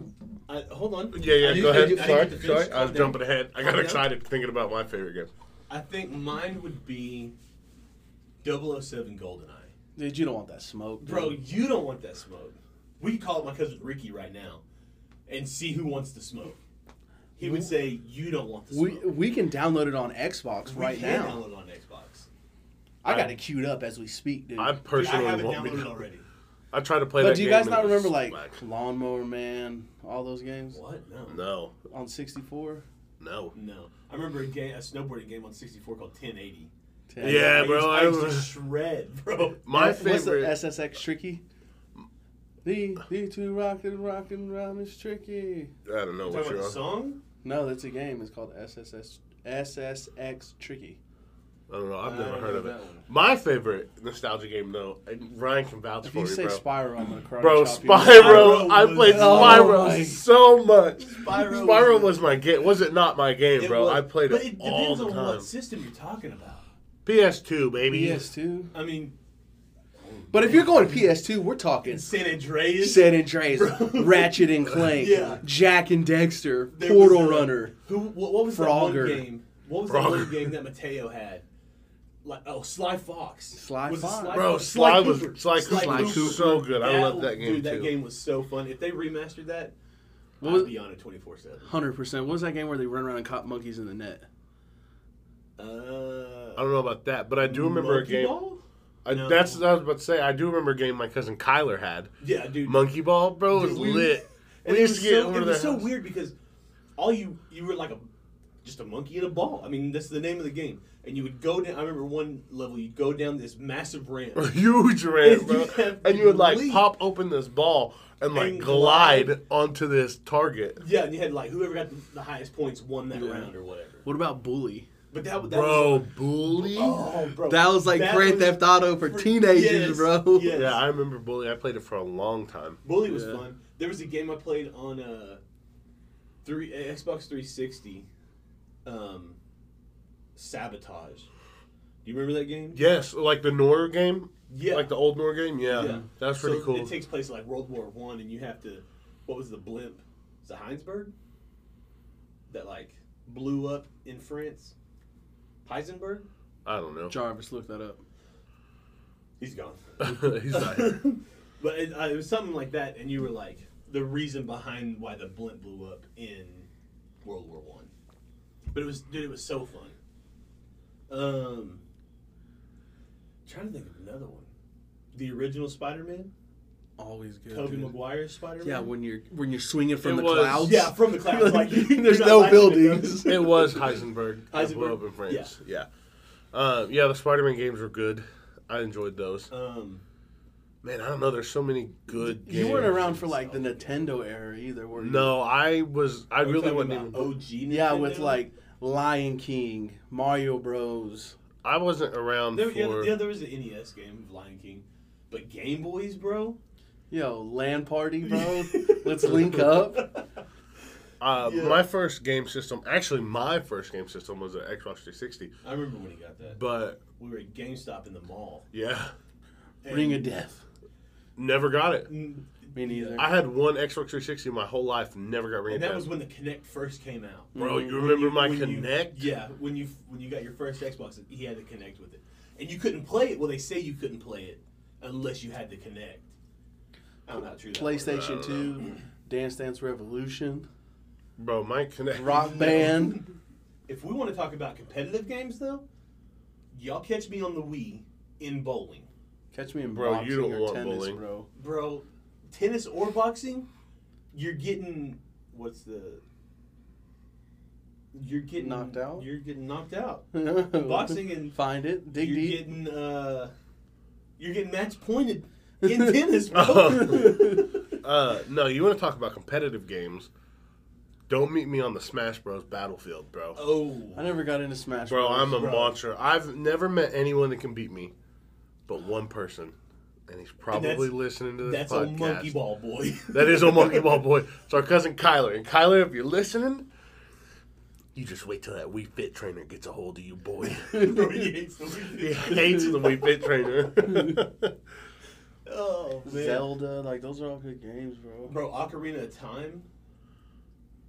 [SPEAKER 1] I, hold on.
[SPEAKER 3] yeah
[SPEAKER 1] I
[SPEAKER 3] yeah.
[SPEAKER 1] didn't-
[SPEAKER 3] Go
[SPEAKER 1] I
[SPEAKER 3] ahead.
[SPEAKER 1] didn't- I
[SPEAKER 3] sorry,
[SPEAKER 1] didn't get to
[SPEAKER 3] sorry.
[SPEAKER 1] finish.
[SPEAKER 3] I was
[SPEAKER 1] Calm down.
[SPEAKER 3] jumping ahead. I got
[SPEAKER 1] Calm down.
[SPEAKER 3] excited thinking about my favorite game.
[SPEAKER 1] I think mine would be 007 GoldenEye.
[SPEAKER 2] Dude, you don't want that smoke, dude.
[SPEAKER 1] Bro, you don't want that smoke. We could call up my cousin Ricky right now and see who wants the smoke. He would say, You don't want the
[SPEAKER 2] We
[SPEAKER 1] smoke.
[SPEAKER 2] we can download it on Xbox
[SPEAKER 1] We
[SPEAKER 2] right
[SPEAKER 1] can
[SPEAKER 2] now.
[SPEAKER 1] download it on Xbox.
[SPEAKER 2] I got it queued up as we speak, dude.
[SPEAKER 3] I
[SPEAKER 1] Dude, I
[SPEAKER 3] personally
[SPEAKER 1] have it
[SPEAKER 3] won't be.
[SPEAKER 1] downloaded already.
[SPEAKER 3] I tried to play
[SPEAKER 2] but
[SPEAKER 3] that.
[SPEAKER 2] do you
[SPEAKER 3] game
[SPEAKER 2] guys
[SPEAKER 3] and
[SPEAKER 2] not
[SPEAKER 3] it was
[SPEAKER 2] remember like
[SPEAKER 3] whack.
[SPEAKER 2] Lawnmower Man, all those games
[SPEAKER 1] What? No.
[SPEAKER 3] No,
[SPEAKER 2] on sixty four?
[SPEAKER 3] no.
[SPEAKER 1] No. I remember a game, a snowboarding game on 64 called 1080.
[SPEAKER 3] Yeah,
[SPEAKER 1] I
[SPEAKER 3] bro,
[SPEAKER 1] Used, I,
[SPEAKER 3] I
[SPEAKER 1] used to
[SPEAKER 3] remember.
[SPEAKER 1] shred, bro.
[SPEAKER 3] My
[SPEAKER 2] What's the
[SPEAKER 3] favorite.
[SPEAKER 2] SSX tricky? The the two rockin' rockin' round is tricky.
[SPEAKER 3] I don't know
[SPEAKER 1] You
[SPEAKER 3] what
[SPEAKER 1] *laughs* talking about
[SPEAKER 3] you're
[SPEAKER 1] the
[SPEAKER 3] on.
[SPEAKER 1] song?
[SPEAKER 2] No, that's a game. It's called SSS SSX tricky.
[SPEAKER 3] I don't know. I've
[SPEAKER 1] I
[SPEAKER 3] never
[SPEAKER 1] don't
[SPEAKER 3] heard
[SPEAKER 1] know
[SPEAKER 3] of it.
[SPEAKER 1] that one.
[SPEAKER 3] My favorite nostalgia game, though, and Ryan can vouch
[SPEAKER 2] If
[SPEAKER 3] for
[SPEAKER 2] you
[SPEAKER 3] me,
[SPEAKER 2] say
[SPEAKER 3] bro.
[SPEAKER 2] Spyro, I'm gonna karate
[SPEAKER 3] Bro,
[SPEAKER 2] chop you.
[SPEAKER 3] Spyro.
[SPEAKER 1] Spyro
[SPEAKER 3] I
[SPEAKER 1] was-
[SPEAKER 3] played
[SPEAKER 2] Oh
[SPEAKER 3] Spyro
[SPEAKER 2] my-
[SPEAKER 3] so much.
[SPEAKER 1] Spyro
[SPEAKER 3] Spyro,
[SPEAKER 1] was-
[SPEAKER 3] was, my game. Was it not my game,
[SPEAKER 1] It
[SPEAKER 3] bro?
[SPEAKER 1] was-
[SPEAKER 3] I played
[SPEAKER 1] but
[SPEAKER 3] it,
[SPEAKER 1] it
[SPEAKER 3] all
[SPEAKER 1] depends
[SPEAKER 3] the
[SPEAKER 1] on
[SPEAKER 3] time.
[SPEAKER 1] what system you're talking about.
[SPEAKER 3] PS2, baby.
[SPEAKER 2] PS2.
[SPEAKER 1] I mean,
[SPEAKER 2] But if you're going PS2, we're talking
[SPEAKER 1] San Andreas.
[SPEAKER 2] San Andreas,
[SPEAKER 1] Bro.
[SPEAKER 2] Ratchet
[SPEAKER 1] *laughs*
[SPEAKER 2] and Clank,
[SPEAKER 1] Yeah.
[SPEAKER 2] Jack and Dexter,
[SPEAKER 1] There
[SPEAKER 2] Portal
[SPEAKER 1] was a-
[SPEAKER 2] Runner.
[SPEAKER 1] Who? What, what was
[SPEAKER 2] Frogger.
[SPEAKER 1] that one game? What was that one
[SPEAKER 3] Frogger.
[SPEAKER 1] game that Mateo had? Like oh, Sly Fox.
[SPEAKER 2] Sly
[SPEAKER 1] was it
[SPEAKER 2] Fox.
[SPEAKER 3] Bro,
[SPEAKER 1] Fox?
[SPEAKER 3] Sly was-
[SPEAKER 1] Cooper.
[SPEAKER 3] Sly Cooper was so good. I loved that game,
[SPEAKER 1] Dude, that
[SPEAKER 3] too.
[SPEAKER 1] game was so fun. If they remastered that,
[SPEAKER 2] What
[SPEAKER 1] I'd
[SPEAKER 2] was-
[SPEAKER 1] be on it twenty four seven.
[SPEAKER 2] Hundred percent. What was that game where they run around and caught monkeys in the net?
[SPEAKER 3] I don't know about that, but I do remember a
[SPEAKER 1] Uh, Monkey
[SPEAKER 3] game.
[SPEAKER 1] Ball?
[SPEAKER 3] I,
[SPEAKER 1] No.
[SPEAKER 3] That's what I was about to say. I do remember a game my cousin Kyler had.
[SPEAKER 1] Yeah, dude.
[SPEAKER 3] Monkey Ball, bro, was
[SPEAKER 1] Dude, we-
[SPEAKER 3] lit.
[SPEAKER 1] and
[SPEAKER 3] we
[SPEAKER 1] it
[SPEAKER 3] used
[SPEAKER 1] was
[SPEAKER 3] to get
[SPEAKER 1] so,
[SPEAKER 3] over
[SPEAKER 1] it
[SPEAKER 3] to their
[SPEAKER 1] was so
[SPEAKER 3] house.
[SPEAKER 1] weird because all you you were like a just a monkey in a ball. I mean, that's the name of the game. And you would go down. I remember one level. You would go down this massive ramp.
[SPEAKER 3] A huge ramp,
[SPEAKER 1] And
[SPEAKER 3] bro.
[SPEAKER 1] you have
[SPEAKER 3] And you would like
[SPEAKER 1] leap.
[SPEAKER 3] pop open this ball and like
[SPEAKER 1] And glide.
[SPEAKER 3] glide, onto this target.
[SPEAKER 1] Yeah, and you had like whoever got the, the highest points won that
[SPEAKER 2] Yeah.
[SPEAKER 1] round or whatever.
[SPEAKER 2] What about Bully?
[SPEAKER 1] But that, that
[SPEAKER 3] Bro,
[SPEAKER 1] was
[SPEAKER 3] bully.
[SPEAKER 1] oh, bro,
[SPEAKER 2] That was like
[SPEAKER 1] that
[SPEAKER 2] Grand
[SPEAKER 1] was-
[SPEAKER 2] Theft Auto for
[SPEAKER 1] for-
[SPEAKER 2] teenagers,
[SPEAKER 1] yes,
[SPEAKER 2] bro.
[SPEAKER 1] yes.
[SPEAKER 3] Yeah, I remember bully. I played it for a long time.
[SPEAKER 1] Bully was
[SPEAKER 2] Yeah.
[SPEAKER 1] fun. There was a game I played on uh, three eh, Xbox 360, um, Sabotage. Do you remember that game?
[SPEAKER 3] Yes, like the Nor game.
[SPEAKER 1] Yeah.
[SPEAKER 3] Like the old Nor game. Yeah.
[SPEAKER 1] Yeah.
[SPEAKER 3] That's pretty
[SPEAKER 1] so
[SPEAKER 3] cool.
[SPEAKER 1] It takes place like World War One, and you have to. What was the blimp? Is it Heinsberg? That like blew up in France. Heisenberg.
[SPEAKER 3] I don't know.
[SPEAKER 2] Jarvis, look that up.
[SPEAKER 1] He's gone.
[SPEAKER 3] *laughs* He's
[SPEAKER 1] *laughs*
[SPEAKER 3] not here.
[SPEAKER 1] but it, uh, it was something like that, and you were like the reason behind why the blimp blew up in World War One. But it was dude, it was so fun. Um, trying to think of another one. The original Spider-Man,
[SPEAKER 2] Always good.
[SPEAKER 1] Tobey
[SPEAKER 2] dude.
[SPEAKER 1] Maguire's Spider-Man.
[SPEAKER 4] Yeah, when you're when you're swinging from
[SPEAKER 3] It
[SPEAKER 4] the
[SPEAKER 3] was-
[SPEAKER 4] clouds.
[SPEAKER 1] *laughs* yeah, from the clouds.
[SPEAKER 2] *laughs*
[SPEAKER 1] Like,
[SPEAKER 4] There's
[SPEAKER 1] you're
[SPEAKER 4] no
[SPEAKER 1] not lighting it up.
[SPEAKER 4] buildings.
[SPEAKER 3] It was Heisenberg. that blew
[SPEAKER 1] Heisenberg?
[SPEAKER 3] up in France. Yeah. Yeah. Uh, yeah, the Spider-Man games were good. I enjoyed those.
[SPEAKER 1] *laughs* Um,
[SPEAKER 3] Man, I don't know. There's so many good.
[SPEAKER 2] You
[SPEAKER 3] games.
[SPEAKER 2] weren't around for like the Nintendo era either, were you?
[SPEAKER 3] No, I was. I
[SPEAKER 1] are we
[SPEAKER 3] really
[SPEAKER 1] talking
[SPEAKER 3] wasn't
[SPEAKER 1] about
[SPEAKER 3] even.
[SPEAKER 1] OG.
[SPEAKER 2] Yeah,
[SPEAKER 1] Nintendo?
[SPEAKER 2] with like Lion King, Mario Bros.
[SPEAKER 3] I wasn't around
[SPEAKER 1] There,
[SPEAKER 3] for.
[SPEAKER 1] yeah, yeah, there was the NES game of Lion King, but Game Boys, bro.
[SPEAKER 2] Yo, Land Party,
[SPEAKER 1] *laughs*
[SPEAKER 3] *laughs*
[SPEAKER 2] bro. Let's link up.
[SPEAKER 3] Uh,
[SPEAKER 1] Yeah.
[SPEAKER 3] My first game system, actually, my first game system was an Xbox 360.
[SPEAKER 1] I remember when he got that.
[SPEAKER 3] But
[SPEAKER 1] We were at GameStop in the mall.
[SPEAKER 3] yeah,
[SPEAKER 1] and-
[SPEAKER 2] Ring of Death.
[SPEAKER 3] never got it.
[SPEAKER 1] Mm,
[SPEAKER 2] Me neither.
[SPEAKER 3] I had one Xbox 360 my whole life. Never got ring
[SPEAKER 1] And
[SPEAKER 3] of
[SPEAKER 1] that was
[SPEAKER 3] death.
[SPEAKER 1] when the Connect first came out.
[SPEAKER 3] Bro, you
[SPEAKER 1] When
[SPEAKER 3] remember my
[SPEAKER 1] when you-
[SPEAKER 3] Connect?
[SPEAKER 1] yeah, when you when you got your first Xbox, he had to Connect with it, and you couldn't play it. Well, they say you couldn't play it unless you had to Connect. I'm not true. that was.
[SPEAKER 2] PlayStation 2, Dance Dance
[SPEAKER 3] *laughs*
[SPEAKER 2] Revolution,
[SPEAKER 3] Bro, my Connect.
[SPEAKER 2] Rock Band.
[SPEAKER 1] If we want to talk about competitive games, though, y'all catch me on the Wii in bowling,
[SPEAKER 2] Catch me in
[SPEAKER 3] Bro,
[SPEAKER 2] boxing
[SPEAKER 3] you don't
[SPEAKER 2] or
[SPEAKER 3] want
[SPEAKER 2] tennis,
[SPEAKER 3] bowling.
[SPEAKER 2] bro.
[SPEAKER 1] bro. Tennis or boxing, you're getting what's the you're getting
[SPEAKER 2] Knocked out?
[SPEAKER 1] You're getting knocked out.
[SPEAKER 3] *laughs*
[SPEAKER 1] Boxing and
[SPEAKER 2] Find it. Dig
[SPEAKER 1] you're
[SPEAKER 2] deep.
[SPEAKER 1] getting uh, you're getting match pointed
[SPEAKER 2] *laughs*
[SPEAKER 1] in tennis, bro.
[SPEAKER 3] *laughs* Uh, no, you want to talk about competitive games? Don't meet me on the Smash Bros. Battlefield, bro.
[SPEAKER 1] *laughs* oh,
[SPEAKER 2] I never got into Smash
[SPEAKER 3] Bro,
[SPEAKER 2] Bros.
[SPEAKER 3] I'm a
[SPEAKER 1] Bro.
[SPEAKER 3] monster. I've never met anyone that can beat me, but one person, and he's probably
[SPEAKER 1] that's-
[SPEAKER 3] listening to this
[SPEAKER 1] that's
[SPEAKER 3] podcast.
[SPEAKER 1] a monkey ball
[SPEAKER 2] *laughs*
[SPEAKER 1] boy. *laughs*
[SPEAKER 3] That is old monkey ball boy. It's our cousin Kyler, and Kyler, if you're listening, you just wait till that Wii Fit trainer gets a hold of you, boy. *laughs*
[SPEAKER 1] Bro, he hates the
[SPEAKER 2] *laughs*
[SPEAKER 1] Wii
[SPEAKER 3] he
[SPEAKER 1] Fit.
[SPEAKER 3] hates the Wii Fit trainer. *laughs*
[SPEAKER 1] Oh man,
[SPEAKER 2] Zelda. Like, those are all good games, bro.
[SPEAKER 1] bro, Ocarina of Time.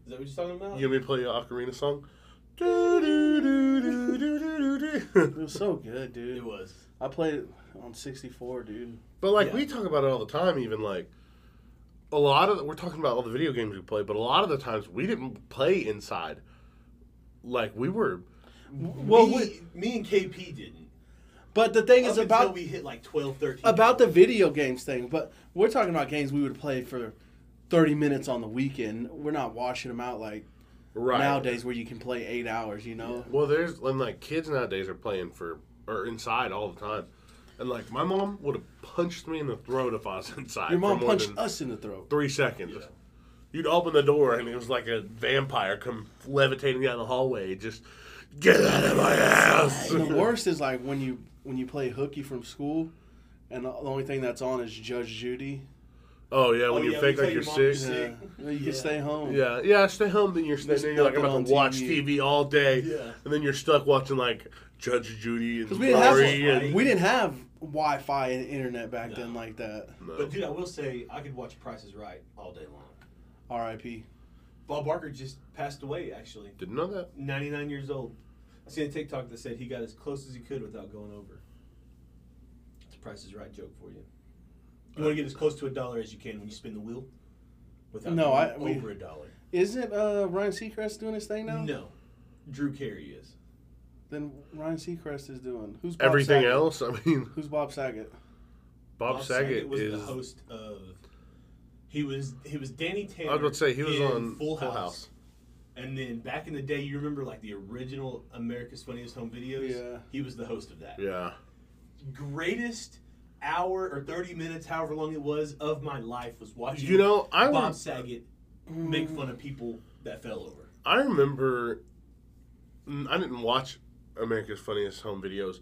[SPEAKER 1] Is that what you're talking about?
[SPEAKER 3] you want me to play your ocarina song? *laughs* Do, do, do, do, do, do, do.
[SPEAKER 2] It was so good, dude.
[SPEAKER 1] It was.
[SPEAKER 2] I played it on 64, dude.
[SPEAKER 3] But like
[SPEAKER 1] Yeah.
[SPEAKER 3] we talk about it all the time, even like a lot of we're talking about all the video games we play, but a lot of the times we didn't play inside. Like we were,
[SPEAKER 2] Well,
[SPEAKER 1] me,
[SPEAKER 2] we-
[SPEAKER 1] me and KP didn't.
[SPEAKER 2] But the thing is
[SPEAKER 1] Up until
[SPEAKER 2] about
[SPEAKER 1] we hit like 12, 13.
[SPEAKER 2] about the video games thing. But we're talking about games we would play for 30 minutes on the weekend. We're not washing them out like
[SPEAKER 3] right
[SPEAKER 2] nowadays where you can play eight hours. You know,
[SPEAKER 3] Well, there's and like kids nowadays are playing for or inside all the time, and like my mom would have punched me in the throat if I was *laughs* inside.
[SPEAKER 2] your mom
[SPEAKER 3] for more
[SPEAKER 2] punched
[SPEAKER 3] than
[SPEAKER 2] us in
[SPEAKER 3] *laughs*
[SPEAKER 2] the throat.
[SPEAKER 3] three seconds. You'd open the door and it was like a vampire come levitating down the hallway, just get out of my
[SPEAKER 2] *laughs*
[SPEAKER 3] house. *laughs*
[SPEAKER 2] And the worst is like when you when you play hooky from school, and the only thing that's on is Judge Judy.
[SPEAKER 3] Oh yeah, when
[SPEAKER 1] Oh,
[SPEAKER 3] you
[SPEAKER 1] yeah, we
[SPEAKER 3] fake
[SPEAKER 1] tell
[SPEAKER 3] like you're
[SPEAKER 1] your mom you're
[SPEAKER 3] sick.
[SPEAKER 1] sick.
[SPEAKER 2] Yeah, you
[SPEAKER 1] Yeah.
[SPEAKER 2] can stay home.
[SPEAKER 3] Yeah, yeah, stay home. Then you're
[SPEAKER 2] There's
[SPEAKER 3] sitting there, you're like, I'm
[SPEAKER 2] nothing
[SPEAKER 3] about to
[SPEAKER 2] on
[SPEAKER 3] watch
[SPEAKER 2] TV.
[SPEAKER 3] TV all day.
[SPEAKER 1] Yeah.
[SPEAKER 3] And then you're stuck watching, like, Judge Judy and
[SPEAKER 2] because we didn't have
[SPEAKER 3] Rory
[SPEAKER 1] Wi-Fi.
[SPEAKER 3] and.
[SPEAKER 2] we didn't have Wi-Fi and internet back then
[SPEAKER 1] No.
[SPEAKER 2] like that.
[SPEAKER 3] No.
[SPEAKER 1] But dude, I will say I could watch Price is Right all day long.
[SPEAKER 2] R.I.P.
[SPEAKER 1] Bob Barker just passed away, actually.
[SPEAKER 3] Didn't know that.
[SPEAKER 1] 99 years old. I seen a TikTok that said he got as close as he could without going over. It's a Price is Right joke for you. You want to get as close to a dollar as you can when you spin the wheel, without
[SPEAKER 2] No,
[SPEAKER 1] going
[SPEAKER 2] I- we-
[SPEAKER 1] over a dollar.
[SPEAKER 2] Isn't uh, Ryan Seacrest doing his thing now?
[SPEAKER 1] No. Drew Carey is.
[SPEAKER 2] Then Ryan Seacrest is doing. Who's Bob
[SPEAKER 3] Everything
[SPEAKER 2] Saget?
[SPEAKER 3] else, *laughs* I mean,
[SPEAKER 2] Who's Bob Saget?
[SPEAKER 3] Bob, Saget,
[SPEAKER 1] was
[SPEAKER 3] is.
[SPEAKER 1] the host of. He was he was Danny Tanner.
[SPEAKER 3] I was about to say, he was
[SPEAKER 1] in
[SPEAKER 3] on Full House.
[SPEAKER 1] And then back in the day, you remember like the original America's Funniest Home Videos.
[SPEAKER 2] Yeah.
[SPEAKER 1] He was the host of that.
[SPEAKER 3] Yeah.
[SPEAKER 1] greatest hour or 30 minutes, however long it was, of my life was watching
[SPEAKER 3] You know, I,
[SPEAKER 1] Bob
[SPEAKER 3] was,
[SPEAKER 1] Saget make fun of people that fell over.
[SPEAKER 3] I remember. mm, I didn't watch America's Funniest Home Videos,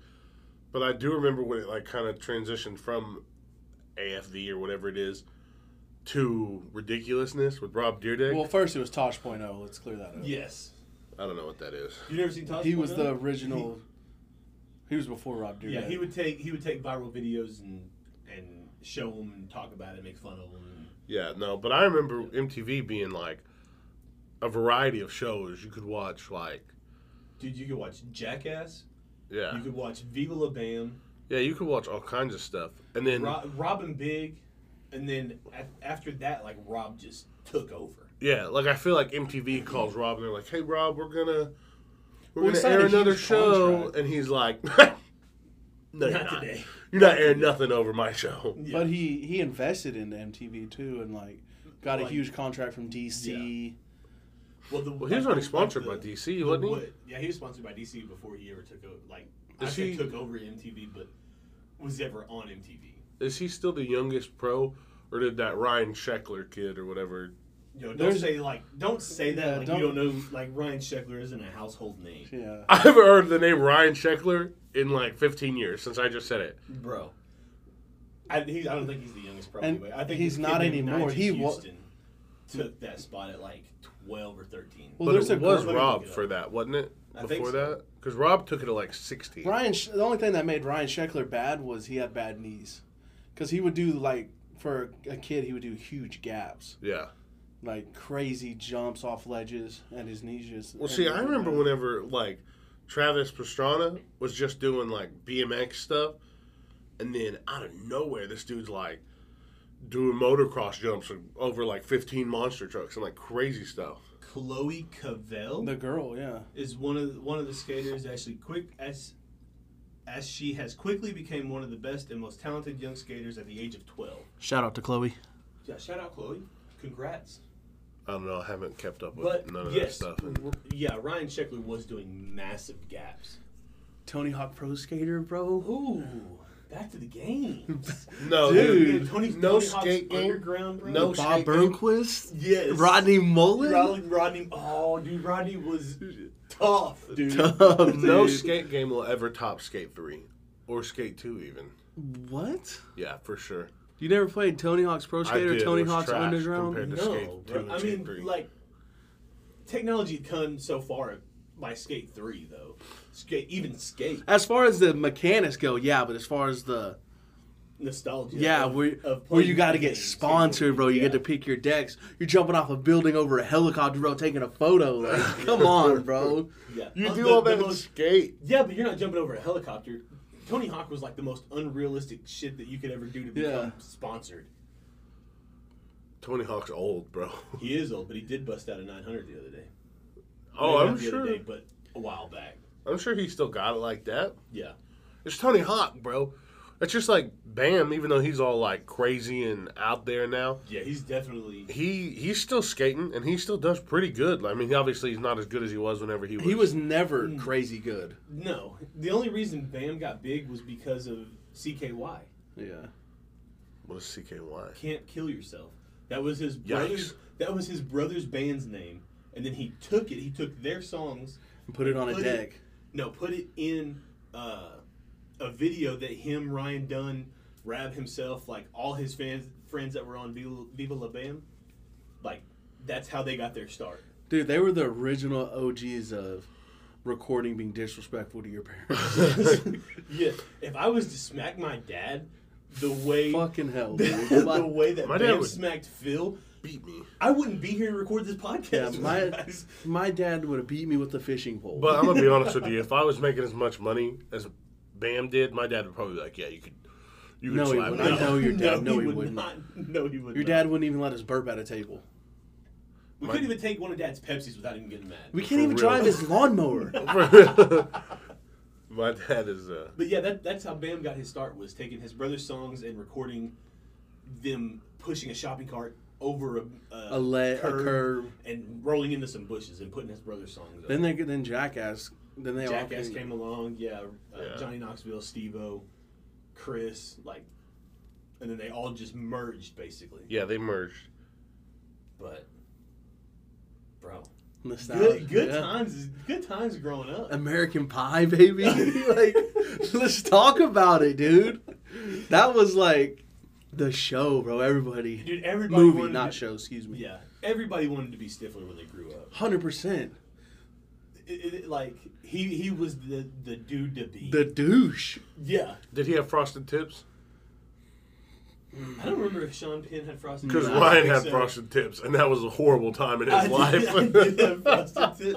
[SPEAKER 3] but I do remember when it, like, kind of transitioned from AFV or whatever it is to ridiculousness with Rob Deerdick.
[SPEAKER 2] Well, first it was Tosh Point oh. Let's clear that up.
[SPEAKER 1] Yes.
[SPEAKER 3] I don't know what that is.
[SPEAKER 1] You never seen Tosh?
[SPEAKER 2] He was
[SPEAKER 1] Point
[SPEAKER 2] the
[SPEAKER 1] O?
[SPEAKER 2] original. He was before Rob Deere.
[SPEAKER 1] Yeah, he would take he would take viral videos and and show them and talk about it, make fun of them.
[SPEAKER 3] Yeah, no, but I remember MTV being like a variety of shows you could watch. Like,
[SPEAKER 1] Dude, you could watch Jackass.
[SPEAKER 3] yeah,
[SPEAKER 1] You could watch Viva La Bam.
[SPEAKER 3] Yeah, you could watch all kinds of stuff, and then
[SPEAKER 1] Ro- Robin big, and then a- after that, like Rob just took over.
[SPEAKER 3] yeah, like I feel like MTV calls Rob and they're like, "Hey, Rob, we're gonna we're
[SPEAKER 2] Well, he
[SPEAKER 3] gonna
[SPEAKER 2] signed
[SPEAKER 3] air
[SPEAKER 2] a
[SPEAKER 3] another
[SPEAKER 2] huge
[SPEAKER 3] show,"
[SPEAKER 2] contract.
[SPEAKER 3] and he's like, *laughs* "No, you're
[SPEAKER 1] Not
[SPEAKER 3] not.
[SPEAKER 1] today.
[SPEAKER 3] You're not airing nothing over my show."
[SPEAKER 1] Yeah.
[SPEAKER 2] But he he invested into MTV too, and like got a
[SPEAKER 1] Like-
[SPEAKER 2] huge contract from DC.
[SPEAKER 1] well, the,
[SPEAKER 3] Well, he was
[SPEAKER 1] like,
[SPEAKER 3] already
[SPEAKER 1] the-
[SPEAKER 3] sponsored
[SPEAKER 1] the-
[SPEAKER 3] by DC,
[SPEAKER 1] the
[SPEAKER 3] wasn't he?
[SPEAKER 1] Wood- Yeah, he was sponsored by DC before he ever took over. Like I
[SPEAKER 3] Is
[SPEAKER 1] said
[SPEAKER 3] he-
[SPEAKER 1] took over MTV, but was ever on MTV.
[SPEAKER 3] Is he still the youngest pro, or did that Ryan Scheckler kid or whatever? *laughs*
[SPEAKER 1] You know, don't
[SPEAKER 2] There's-
[SPEAKER 1] say like don't say that
[SPEAKER 2] Yeah,
[SPEAKER 1] like
[SPEAKER 2] don't-
[SPEAKER 1] you don't know like Ryan Scheckler isn't a household name,
[SPEAKER 2] Yeah,
[SPEAKER 3] I haven't heard the name Ryan Scheckler in like 15 years since I just said it.
[SPEAKER 1] bro. I, he, I don't think he's the youngest pro.
[SPEAKER 2] And
[SPEAKER 1] anyway. I think
[SPEAKER 2] he's
[SPEAKER 1] this kid
[SPEAKER 2] not
[SPEAKER 1] named
[SPEAKER 2] anymore.
[SPEAKER 1] Najee
[SPEAKER 2] He wa-
[SPEAKER 1] Houston took that spot at like twelve or thirteen.
[SPEAKER 2] Well,
[SPEAKER 3] but
[SPEAKER 2] there's
[SPEAKER 3] it
[SPEAKER 2] a
[SPEAKER 3] was
[SPEAKER 1] girl- let me
[SPEAKER 3] Rob
[SPEAKER 1] look it
[SPEAKER 3] for
[SPEAKER 1] up.
[SPEAKER 3] that, wasn't it?
[SPEAKER 1] I think
[SPEAKER 3] Before
[SPEAKER 1] so.
[SPEAKER 3] that, because Rob took it at like 16.
[SPEAKER 2] Ryan. Sch- The only thing that made Ryan Scheckler bad was he had bad knees, because he would do like for a kid he would do huge gaps,
[SPEAKER 3] Yeah.
[SPEAKER 2] like crazy jumps off ledges, and his knees just.
[SPEAKER 3] Well, see, I remember whenever like Travis Pastrana was just doing like BMX stuff, and then out of nowhere, this dude's like doing motocross jumps over like 15 monster trucks and like crazy stuff.
[SPEAKER 1] Chloe Cavell
[SPEAKER 2] the girl. Yeah,
[SPEAKER 1] is one of the, one of the skaters. Actually, quick as as she has quickly became one of the best and most talented young skaters at the age of twelve.
[SPEAKER 4] Shout out to Chloe.
[SPEAKER 1] Yeah, shout out Chloe. Congrats.
[SPEAKER 3] I don't know. I haven't kept up with
[SPEAKER 1] But
[SPEAKER 3] none of
[SPEAKER 1] yes,
[SPEAKER 3] that stuff.
[SPEAKER 1] r- yeah, Ryan Scheckler was doing massive gaps.
[SPEAKER 2] Tony Hawk Pro Skater, bro.
[SPEAKER 1] Ooh, back to the games.
[SPEAKER 3] No,
[SPEAKER 1] Oh, Dude,
[SPEAKER 3] dude.
[SPEAKER 1] Tony-
[SPEAKER 3] no
[SPEAKER 1] Tony Hawk's
[SPEAKER 3] skate game.
[SPEAKER 1] Underground, bro.
[SPEAKER 3] No
[SPEAKER 4] Bob
[SPEAKER 3] skate game.
[SPEAKER 4] Burnquist.
[SPEAKER 1] Yes.
[SPEAKER 4] Rodney Mullen.
[SPEAKER 1] Rodney, Rodney. Oh, dude, Rodney was tough, dude.
[SPEAKER 4] Tough,
[SPEAKER 3] No
[SPEAKER 4] dude.
[SPEAKER 3] skate game will ever top Skate 3 or Skate 2 even.
[SPEAKER 4] What?
[SPEAKER 3] Yeah, for sure.
[SPEAKER 4] You never played Tony Hawk's Pro
[SPEAKER 3] I
[SPEAKER 4] Skater,
[SPEAKER 3] did. It
[SPEAKER 4] Tony
[SPEAKER 3] was
[SPEAKER 4] Hawk's
[SPEAKER 3] trash
[SPEAKER 4] Underground?
[SPEAKER 3] compared to
[SPEAKER 1] No,
[SPEAKER 3] Skate 2
[SPEAKER 1] bro.
[SPEAKER 3] and
[SPEAKER 1] I
[SPEAKER 3] Skate
[SPEAKER 1] mean,
[SPEAKER 3] 3.
[SPEAKER 1] like, technology come so far by Skate Three, though. Skate, even Skate
[SPEAKER 4] As far as the mechanics go, yeah, but as far as the
[SPEAKER 1] nostalgia.
[SPEAKER 4] yeah,
[SPEAKER 1] of-
[SPEAKER 4] where,
[SPEAKER 1] of
[SPEAKER 4] where
[SPEAKER 1] playing
[SPEAKER 4] you got to get
[SPEAKER 1] games, Skate
[SPEAKER 4] sponsored,
[SPEAKER 1] Three,
[SPEAKER 4] bro. You
[SPEAKER 1] yeah.
[SPEAKER 4] get to pick your decks. You're jumping off a building over a helicopter, bro, taking a
[SPEAKER 1] *laughs*
[SPEAKER 4] photo. Like, come on, bro.
[SPEAKER 1] Yeah.
[SPEAKER 3] you
[SPEAKER 1] Uh,
[SPEAKER 3] do
[SPEAKER 1] the-
[SPEAKER 3] all
[SPEAKER 1] the
[SPEAKER 3] that in
[SPEAKER 1] most-
[SPEAKER 3] Skate.
[SPEAKER 1] Yeah, but you're not jumping over a helicopter. Tony Hawk was like the most unrealistic shit that you could ever do to become
[SPEAKER 4] Yeah.
[SPEAKER 1] sponsored.
[SPEAKER 3] Tony Hawk's old, bro.
[SPEAKER 1] He is old, but he did bust out a 900 the other day.
[SPEAKER 3] Oh,
[SPEAKER 1] Maybe
[SPEAKER 3] I'm
[SPEAKER 1] not the
[SPEAKER 3] sure.
[SPEAKER 1] Other day, but a while back.
[SPEAKER 3] I'm sure he still got it like that.
[SPEAKER 1] Yeah.
[SPEAKER 3] It's Tony Hawk, bro. That's just like Bam, even though he's all like crazy and out there now.
[SPEAKER 1] Yeah, he's definitely.
[SPEAKER 3] He he's still skating and he still does pretty good. I mean, obviously he's not as good as he was whenever he was.
[SPEAKER 4] He was never
[SPEAKER 1] Mm.
[SPEAKER 4] crazy good.
[SPEAKER 1] No. The only reason Bam got big was because of CKY.
[SPEAKER 2] Yeah.
[SPEAKER 3] what is CKY?
[SPEAKER 1] Can't Kill Yourself. That was his brother's.
[SPEAKER 3] Yikes.
[SPEAKER 1] That was his brother's band's name, and then he took it. He took their songs.
[SPEAKER 4] And put it on a
[SPEAKER 1] Put it-
[SPEAKER 4] deck.
[SPEAKER 1] No, put it in uh, a video that him, Ryan Dunn, Rab himself, like all his fans, friends that were on Viva, Viva La Bam, like that's how they got their
[SPEAKER 3] *laughs*
[SPEAKER 1] start.
[SPEAKER 4] Dude, they were the original OGs of recording being disrespectful to your parents. *laughs*
[SPEAKER 1] yeah, if I was to smack my dad, the way
[SPEAKER 4] Fucking hell, dude.
[SPEAKER 1] *laughs* the
[SPEAKER 4] My,
[SPEAKER 1] way that
[SPEAKER 3] My
[SPEAKER 1] Bam
[SPEAKER 3] dad would-
[SPEAKER 1] smacked Phil,
[SPEAKER 3] Beat me.
[SPEAKER 1] I wouldn't be here to record this
[SPEAKER 4] yeah,
[SPEAKER 1] podcast. *laughs* with you
[SPEAKER 4] my,
[SPEAKER 1] guys.
[SPEAKER 4] my dad would have beat me with the fishing pole.
[SPEAKER 3] But I'm
[SPEAKER 4] *laughs*
[SPEAKER 3] gonna be honest with you. If I was making as much money as Bam did, my dad would probably be like, "Yeah, you could, you could
[SPEAKER 4] No, he
[SPEAKER 3] slap me."
[SPEAKER 4] wouldn't. I know your
[SPEAKER 1] *laughs*
[SPEAKER 4] dad. No, he
[SPEAKER 1] would
[SPEAKER 4] wouldn't.
[SPEAKER 1] Not. No, he would.
[SPEAKER 4] your
[SPEAKER 1] not.
[SPEAKER 4] dad wouldn't even let us burp at a table.
[SPEAKER 1] We couldn't even take one of Dad's Pepsis without him getting mad.
[SPEAKER 4] We can't even
[SPEAKER 3] real.
[SPEAKER 4] drive his lawnmower.
[SPEAKER 3] *laughs* my dad is. Uh,
[SPEAKER 1] But yeah, that, that's how Bam got his start was taking his brother's songs and recording them pushing a shopping cart over a, a,
[SPEAKER 4] a le-
[SPEAKER 1] curb
[SPEAKER 4] a curve.
[SPEAKER 1] and rolling into some bushes and putting his brother's songs.
[SPEAKER 4] *laughs* Then
[SPEAKER 1] up.
[SPEAKER 4] they then Jackass. Then they all
[SPEAKER 1] Jackass
[SPEAKER 4] came-
[SPEAKER 1] came along. Yeah, uh,
[SPEAKER 3] Yeah.
[SPEAKER 1] Johnny Knoxville, Steve-O, Chris, like, and then they all just merged basically.
[SPEAKER 3] yeah, they merged.
[SPEAKER 1] But bro,
[SPEAKER 4] Nostalgia,
[SPEAKER 1] good good
[SPEAKER 4] yeah.
[SPEAKER 1] times is good times growing up.
[SPEAKER 4] American Pie, baby. *laughs* like, let's talk about it, dude. That was like the show, bro. Everybody,
[SPEAKER 1] Dude, everybody
[SPEAKER 4] movie,
[SPEAKER 1] wanted
[SPEAKER 4] not
[SPEAKER 1] to-
[SPEAKER 4] show. Excuse me.
[SPEAKER 1] Yeah, everybody wanted to be Stifler when they grew up.
[SPEAKER 4] Hundred percent.
[SPEAKER 1] It, it, like he he was the the dude to be.
[SPEAKER 4] The douche.
[SPEAKER 1] yeah,
[SPEAKER 3] Did he have frosted tips?
[SPEAKER 1] I don't remember if Sean Penn had frosted.
[SPEAKER 3] Because
[SPEAKER 1] tips. I don't
[SPEAKER 3] Ryan
[SPEAKER 1] think
[SPEAKER 3] had
[SPEAKER 1] so.
[SPEAKER 3] frosted tips, and that was a horrible time in his
[SPEAKER 1] I did,
[SPEAKER 3] life. *laughs*
[SPEAKER 1] I did have frosted this.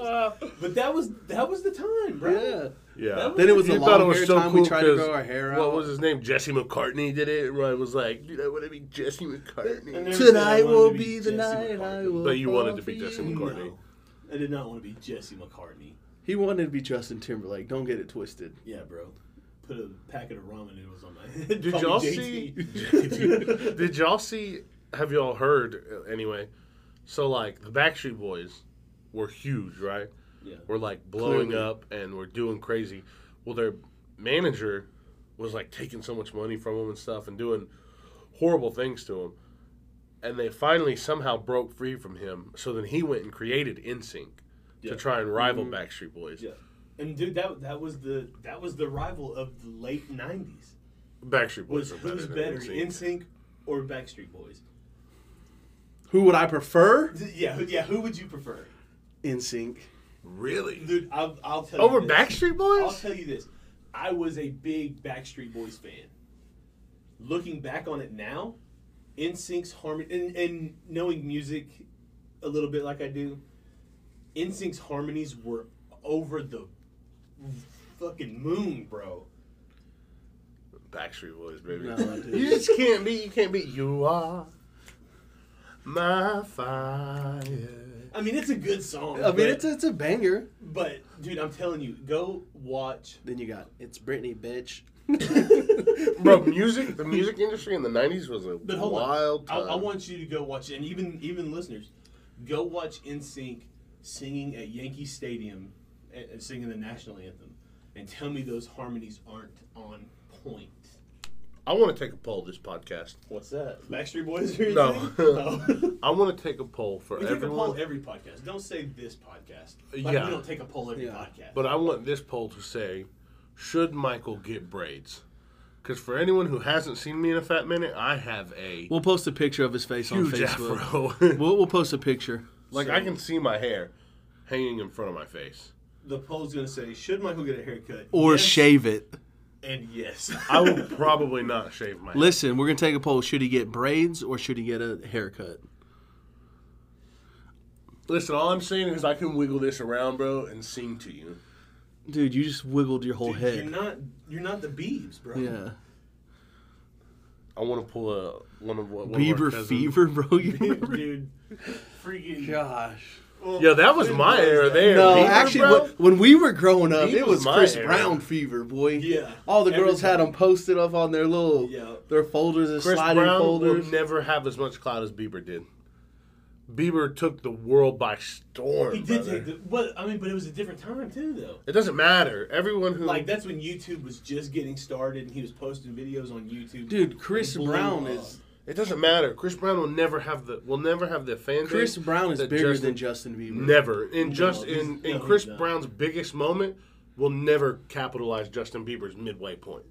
[SPEAKER 1] But that was that was the time, bro.
[SPEAKER 4] Yeah.
[SPEAKER 3] yeah.
[SPEAKER 1] That
[SPEAKER 4] Then it was
[SPEAKER 3] You
[SPEAKER 4] a long
[SPEAKER 3] thought it was
[SPEAKER 4] hair
[SPEAKER 3] so
[SPEAKER 4] time
[SPEAKER 3] cool
[SPEAKER 4] we tried to
[SPEAKER 3] 'cause
[SPEAKER 4] grow our hair out.
[SPEAKER 3] What was his name? Jesse McCartney did it. Everyone was like, dude, I want to be Jesse
[SPEAKER 1] And
[SPEAKER 3] McCartney.
[SPEAKER 1] there-
[SPEAKER 4] Tonight
[SPEAKER 1] wanted
[SPEAKER 4] will
[SPEAKER 1] to
[SPEAKER 4] be,
[SPEAKER 1] be
[SPEAKER 4] the
[SPEAKER 1] Jesse
[SPEAKER 4] night I
[SPEAKER 1] McCartney.
[SPEAKER 4] will.
[SPEAKER 3] But you wanted
[SPEAKER 4] fall
[SPEAKER 3] to be
[SPEAKER 4] for
[SPEAKER 3] Jesse
[SPEAKER 4] you.
[SPEAKER 3] McCartney.
[SPEAKER 1] No. I did not want to be Jesse McCartney.
[SPEAKER 4] He wanted to be Justin Timberlake. Don't get it twisted.
[SPEAKER 1] Yeah, bro. Put a packet of ramen noodles on my head.
[SPEAKER 3] Did
[SPEAKER 1] Call
[SPEAKER 3] y'all
[SPEAKER 1] me
[SPEAKER 3] see?
[SPEAKER 1] *laughs*
[SPEAKER 3] *laughs*
[SPEAKER 1] JT.
[SPEAKER 3] did y'all see? Have y'all heard? uh, Anyway, so like the Backstreet Boys were huge, right?
[SPEAKER 1] Yeah.
[SPEAKER 3] Were like blowing
[SPEAKER 4] Clearly.
[SPEAKER 3] up and were doing crazy. Well, their manager was like taking so much money from them and stuff and doing horrible things to them. And they finally somehow broke free from him. So then he went and created InSync
[SPEAKER 1] Yeah. Mm-hmm.
[SPEAKER 3] to try and rival Backstreet Boys.
[SPEAKER 1] Yeah. And dude, that that was the that was the rival of the late '90s.
[SPEAKER 3] Backstreet
[SPEAKER 1] Was
[SPEAKER 3] Boys are
[SPEAKER 1] who's
[SPEAKER 3] than
[SPEAKER 1] better,
[SPEAKER 3] NSYNC.
[SPEAKER 1] NSYNC or Backstreet Boys?
[SPEAKER 4] Who would I prefer?
[SPEAKER 1] Th- Yeah, who- yeah. Who would you prefer,
[SPEAKER 4] In sync.
[SPEAKER 3] Really?
[SPEAKER 1] dude? I'll, I'll tell
[SPEAKER 3] Over
[SPEAKER 1] you this.
[SPEAKER 3] Backstreet
[SPEAKER 1] I'll
[SPEAKER 3] Boys?
[SPEAKER 1] tell you this. I was a big Backstreet Boys fan. Looking back on it now, NSYNC's harmony and, and knowing music a little bit like I do, NSYNC's harmonies were over the fucking moon, bro.
[SPEAKER 3] Backstreet Boys, baby.
[SPEAKER 4] No, dude.
[SPEAKER 3] *laughs* you just can't be. You can't be. You are my fire.
[SPEAKER 1] I mean, it's a good
[SPEAKER 4] *laughs*
[SPEAKER 1] song.
[SPEAKER 4] I
[SPEAKER 1] but,
[SPEAKER 4] mean, it's a, it's a banger.
[SPEAKER 1] but dude, I'm telling you, go watch.
[SPEAKER 4] Then you got it's Britney, bitch.
[SPEAKER 3] Bro, music. The music industry in the '90s was a
[SPEAKER 1] But hold
[SPEAKER 3] wild
[SPEAKER 1] on,
[SPEAKER 3] time.
[SPEAKER 1] I, I want you to go watch, and even even listeners, go watch NSYNC singing at Yankee Stadium and, and singing the national anthem, and tell me those harmonies aren't on point.
[SPEAKER 3] I want to take a poll this podcast.
[SPEAKER 1] What's that? Backstreet Boys or
[SPEAKER 3] No.
[SPEAKER 1] anything?
[SPEAKER 3] *laughs*
[SPEAKER 1] No.
[SPEAKER 3] I want to take a poll for
[SPEAKER 1] we take a
[SPEAKER 3] everyone,
[SPEAKER 1] poll every podcast. Don't say this podcast. Like
[SPEAKER 3] Yeah.
[SPEAKER 1] we don't take a poll every
[SPEAKER 4] Yeah.
[SPEAKER 1] podcast.
[SPEAKER 3] but I want this poll to say: Should Michael get braids? Because for anyone who hasn't seen me in a fat minute, I have a
[SPEAKER 4] We'll post a picture of his face on
[SPEAKER 3] huge
[SPEAKER 4] Facebook.
[SPEAKER 3] afro.
[SPEAKER 1] *laughs*
[SPEAKER 3] *laughs*
[SPEAKER 4] We'll, we'll post a picture.
[SPEAKER 3] like I can see my hair hanging in front of my face.
[SPEAKER 1] the poll's gonna say, should Michael get a haircut?
[SPEAKER 4] Or
[SPEAKER 1] Yes
[SPEAKER 4] shave it.
[SPEAKER 1] And
[SPEAKER 3] *laughs*
[SPEAKER 1] yes.
[SPEAKER 3] I will
[SPEAKER 1] *laughs*
[SPEAKER 3] probably not shave my. head.
[SPEAKER 4] Listen, we're gonna take a poll. Should he get braids or should he get a haircut?
[SPEAKER 3] Listen, all I'm saying is I can wiggle this around, bro, and sing to you.
[SPEAKER 4] Dude, you just wiggled your whole
[SPEAKER 1] Dude, You're
[SPEAKER 4] head.
[SPEAKER 1] not you're not the Beebs, bro.
[SPEAKER 4] Yeah,
[SPEAKER 3] I want to pull a one of one of our
[SPEAKER 4] Bieber
[SPEAKER 3] cousins.
[SPEAKER 4] fever, bro. *laughs* You remember?
[SPEAKER 1] *laughs* Dude, freaking
[SPEAKER 4] Gosh.
[SPEAKER 1] Well,
[SPEAKER 3] Yeah, that was my era there.
[SPEAKER 4] No,
[SPEAKER 3] Bieber,
[SPEAKER 4] actually,
[SPEAKER 3] bro?
[SPEAKER 4] wh- when we were growing up,
[SPEAKER 3] He
[SPEAKER 4] it
[SPEAKER 3] was
[SPEAKER 4] was
[SPEAKER 3] my
[SPEAKER 4] Chris
[SPEAKER 3] era.
[SPEAKER 4] Brown fever, boy.
[SPEAKER 1] Yeah.
[SPEAKER 4] All the
[SPEAKER 1] Every
[SPEAKER 4] girls had
[SPEAKER 1] time.
[SPEAKER 4] them posted up on their little,
[SPEAKER 1] Yeah.
[SPEAKER 4] their folders and
[SPEAKER 3] Chris
[SPEAKER 4] sliding
[SPEAKER 3] Brown
[SPEAKER 4] folders.
[SPEAKER 3] will never have as much clout as Bieber did. Bieber took the world by storm.
[SPEAKER 1] He did
[SPEAKER 3] brother.
[SPEAKER 1] take the, but I mean, but it was a different time too, though.
[SPEAKER 3] it doesn't matter. Everyone who
[SPEAKER 1] Like that's when YouTube was just getting started, and he was posting videos on YouTube.
[SPEAKER 4] Dude, Chris
[SPEAKER 1] Blew
[SPEAKER 4] Brown
[SPEAKER 1] up.
[SPEAKER 4] is
[SPEAKER 3] it doesn't matter. Chris Brown will never have the will never have the fan base
[SPEAKER 4] Chris Brown is
[SPEAKER 3] that
[SPEAKER 4] bigger
[SPEAKER 3] Justin-
[SPEAKER 4] than Justin Bieber.
[SPEAKER 3] Never. In just
[SPEAKER 1] he's-
[SPEAKER 3] in,
[SPEAKER 1] no,
[SPEAKER 3] in
[SPEAKER 1] he's
[SPEAKER 3] Chris
[SPEAKER 1] not.
[SPEAKER 3] Brown's biggest moment will never capitalize Justin Bieber's midway point.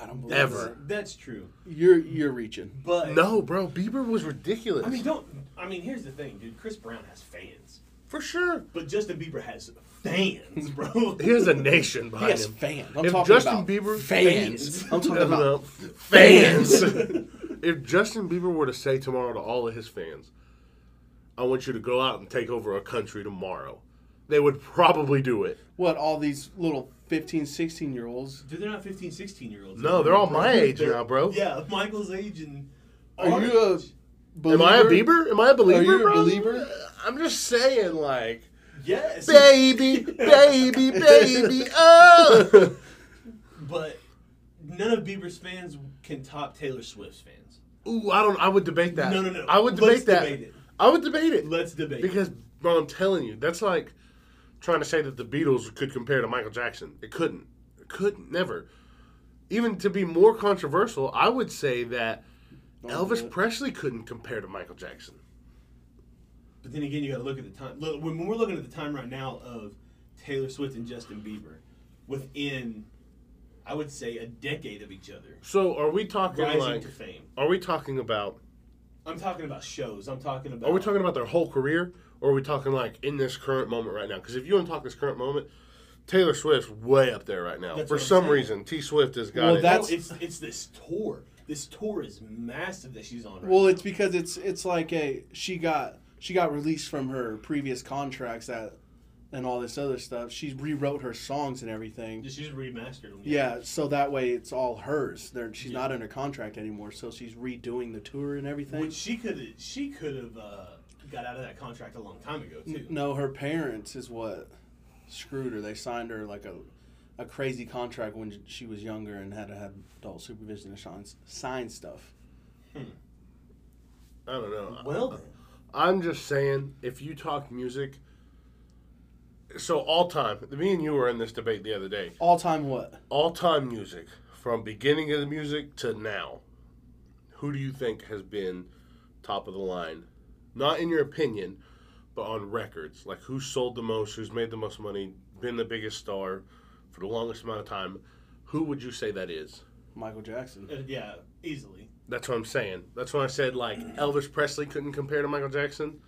[SPEAKER 4] I don't believe
[SPEAKER 3] Ever.
[SPEAKER 1] that's true.
[SPEAKER 4] it. You're you're reaching.
[SPEAKER 1] But
[SPEAKER 3] No, bro, Bieber was ridiculous.
[SPEAKER 1] I mean, don't. I mean, here's the thing, dude. Chris Brown has fans,
[SPEAKER 3] For sure.
[SPEAKER 1] but Justin Bieber has fans, *laughs* bro.
[SPEAKER 3] He has a nation behind
[SPEAKER 4] Yes,
[SPEAKER 3] him.
[SPEAKER 4] fan. I'm
[SPEAKER 3] if
[SPEAKER 4] talking
[SPEAKER 3] Justin
[SPEAKER 4] about
[SPEAKER 3] Bieber
[SPEAKER 4] fans. I'm talking about
[SPEAKER 3] fans. *laughs* if Justin Bieber were to say tomorrow to all of his fans, I want you to go out and take over a country tomorrow, they would probably do it.
[SPEAKER 4] what all these little 15, 16 year olds.
[SPEAKER 1] Dude, they're not 15, 16 year olds.
[SPEAKER 3] No, they're all my age
[SPEAKER 1] They're-
[SPEAKER 3] now, bro.
[SPEAKER 1] Yeah, Michael's age and.
[SPEAKER 4] Are
[SPEAKER 1] our
[SPEAKER 4] you a
[SPEAKER 1] age.
[SPEAKER 3] Am I a Bieber? Am I a believer?
[SPEAKER 4] you a
[SPEAKER 3] bro?
[SPEAKER 4] believer?
[SPEAKER 3] I'm just saying, like,
[SPEAKER 1] Yes,
[SPEAKER 3] baby, baby, baby,
[SPEAKER 1] *laughs*
[SPEAKER 3] oh.
[SPEAKER 1] but none of Bieber's fans can top Taylor Swift's fans.
[SPEAKER 3] Ooh, I don't. I would debate that.
[SPEAKER 1] No, no, no.
[SPEAKER 3] I would debate
[SPEAKER 1] Let's
[SPEAKER 3] that.
[SPEAKER 1] debate it.
[SPEAKER 3] I would debate it.
[SPEAKER 1] Let's debate it.
[SPEAKER 3] Because, bro, I'm telling you, that's like trying to say that the Beatles could compare to Michael Jackson. It couldn't. It couldn't. Never. Even to be more controversial, I would say that Elvis Presley couldn't compare to Michael Jackson.
[SPEAKER 1] But then again, you got to look at the time. Look, when we're looking at the time right now of Taylor Swift and Justin Bieber, within, I would say, a decade of each other,
[SPEAKER 3] So, are we talking
[SPEAKER 1] rising
[SPEAKER 3] like?
[SPEAKER 1] to fame.
[SPEAKER 3] Are we talking about?
[SPEAKER 1] I'm talking about shows. I'm talking about.
[SPEAKER 3] Are we talking about their whole career, or are we talking like in this current moment right now? Because if you want to talk this current moment, Taylor Swift's way up there right now.
[SPEAKER 1] That's
[SPEAKER 3] For
[SPEAKER 1] what I'm
[SPEAKER 3] some
[SPEAKER 1] saying.
[SPEAKER 3] reason, T Swift has got
[SPEAKER 4] Well,
[SPEAKER 3] it.
[SPEAKER 1] No,
[SPEAKER 4] that's-
[SPEAKER 1] it's it's this tour. This tour is massive that she's on. Right
[SPEAKER 2] Well,
[SPEAKER 1] now.
[SPEAKER 2] it's because it's it's like a she got she got released from her previous contracts that and all this other stuff. She rewrote her songs and everything.
[SPEAKER 1] Just just remastered them.
[SPEAKER 2] Yeah, so that way it's all hers. They're, she's
[SPEAKER 1] Yeah.
[SPEAKER 2] not under contract anymore, so she's redoing the tour and everything.
[SPEAKER 1] Which she could she could have uh, got out of that contract a long time ago too.
[SPEAKER 2] N- No, her parents is what screwed her. They signed her like a, a crazy contract when she was younger and had to have adult supervision and sign, sign stuff.
[SPEAKER 3] I don't know.
[SPEAKER 1] Well then.
[SPEAKER 3] I'm just saying, if you talk music, so all time, me and you were in this debate the other day.
[SPEAKER 2] All time what?
[SPEAKER 3] All time music, from beginning of the music to now, who do you think has been top of the line? Not in your opinion, but on records. Like who sold the most, who's made the most money, been the biggest star for the longest amount of time. Who would you say that is?
[SPEAKER 2] Michael Jackson.
[SPEAKER 1] Uh, yeah, easily.
[SPEAKER 3] That's what I'm saying. That's when I said like Elvis Presley couldn't compare to Michael Jackson.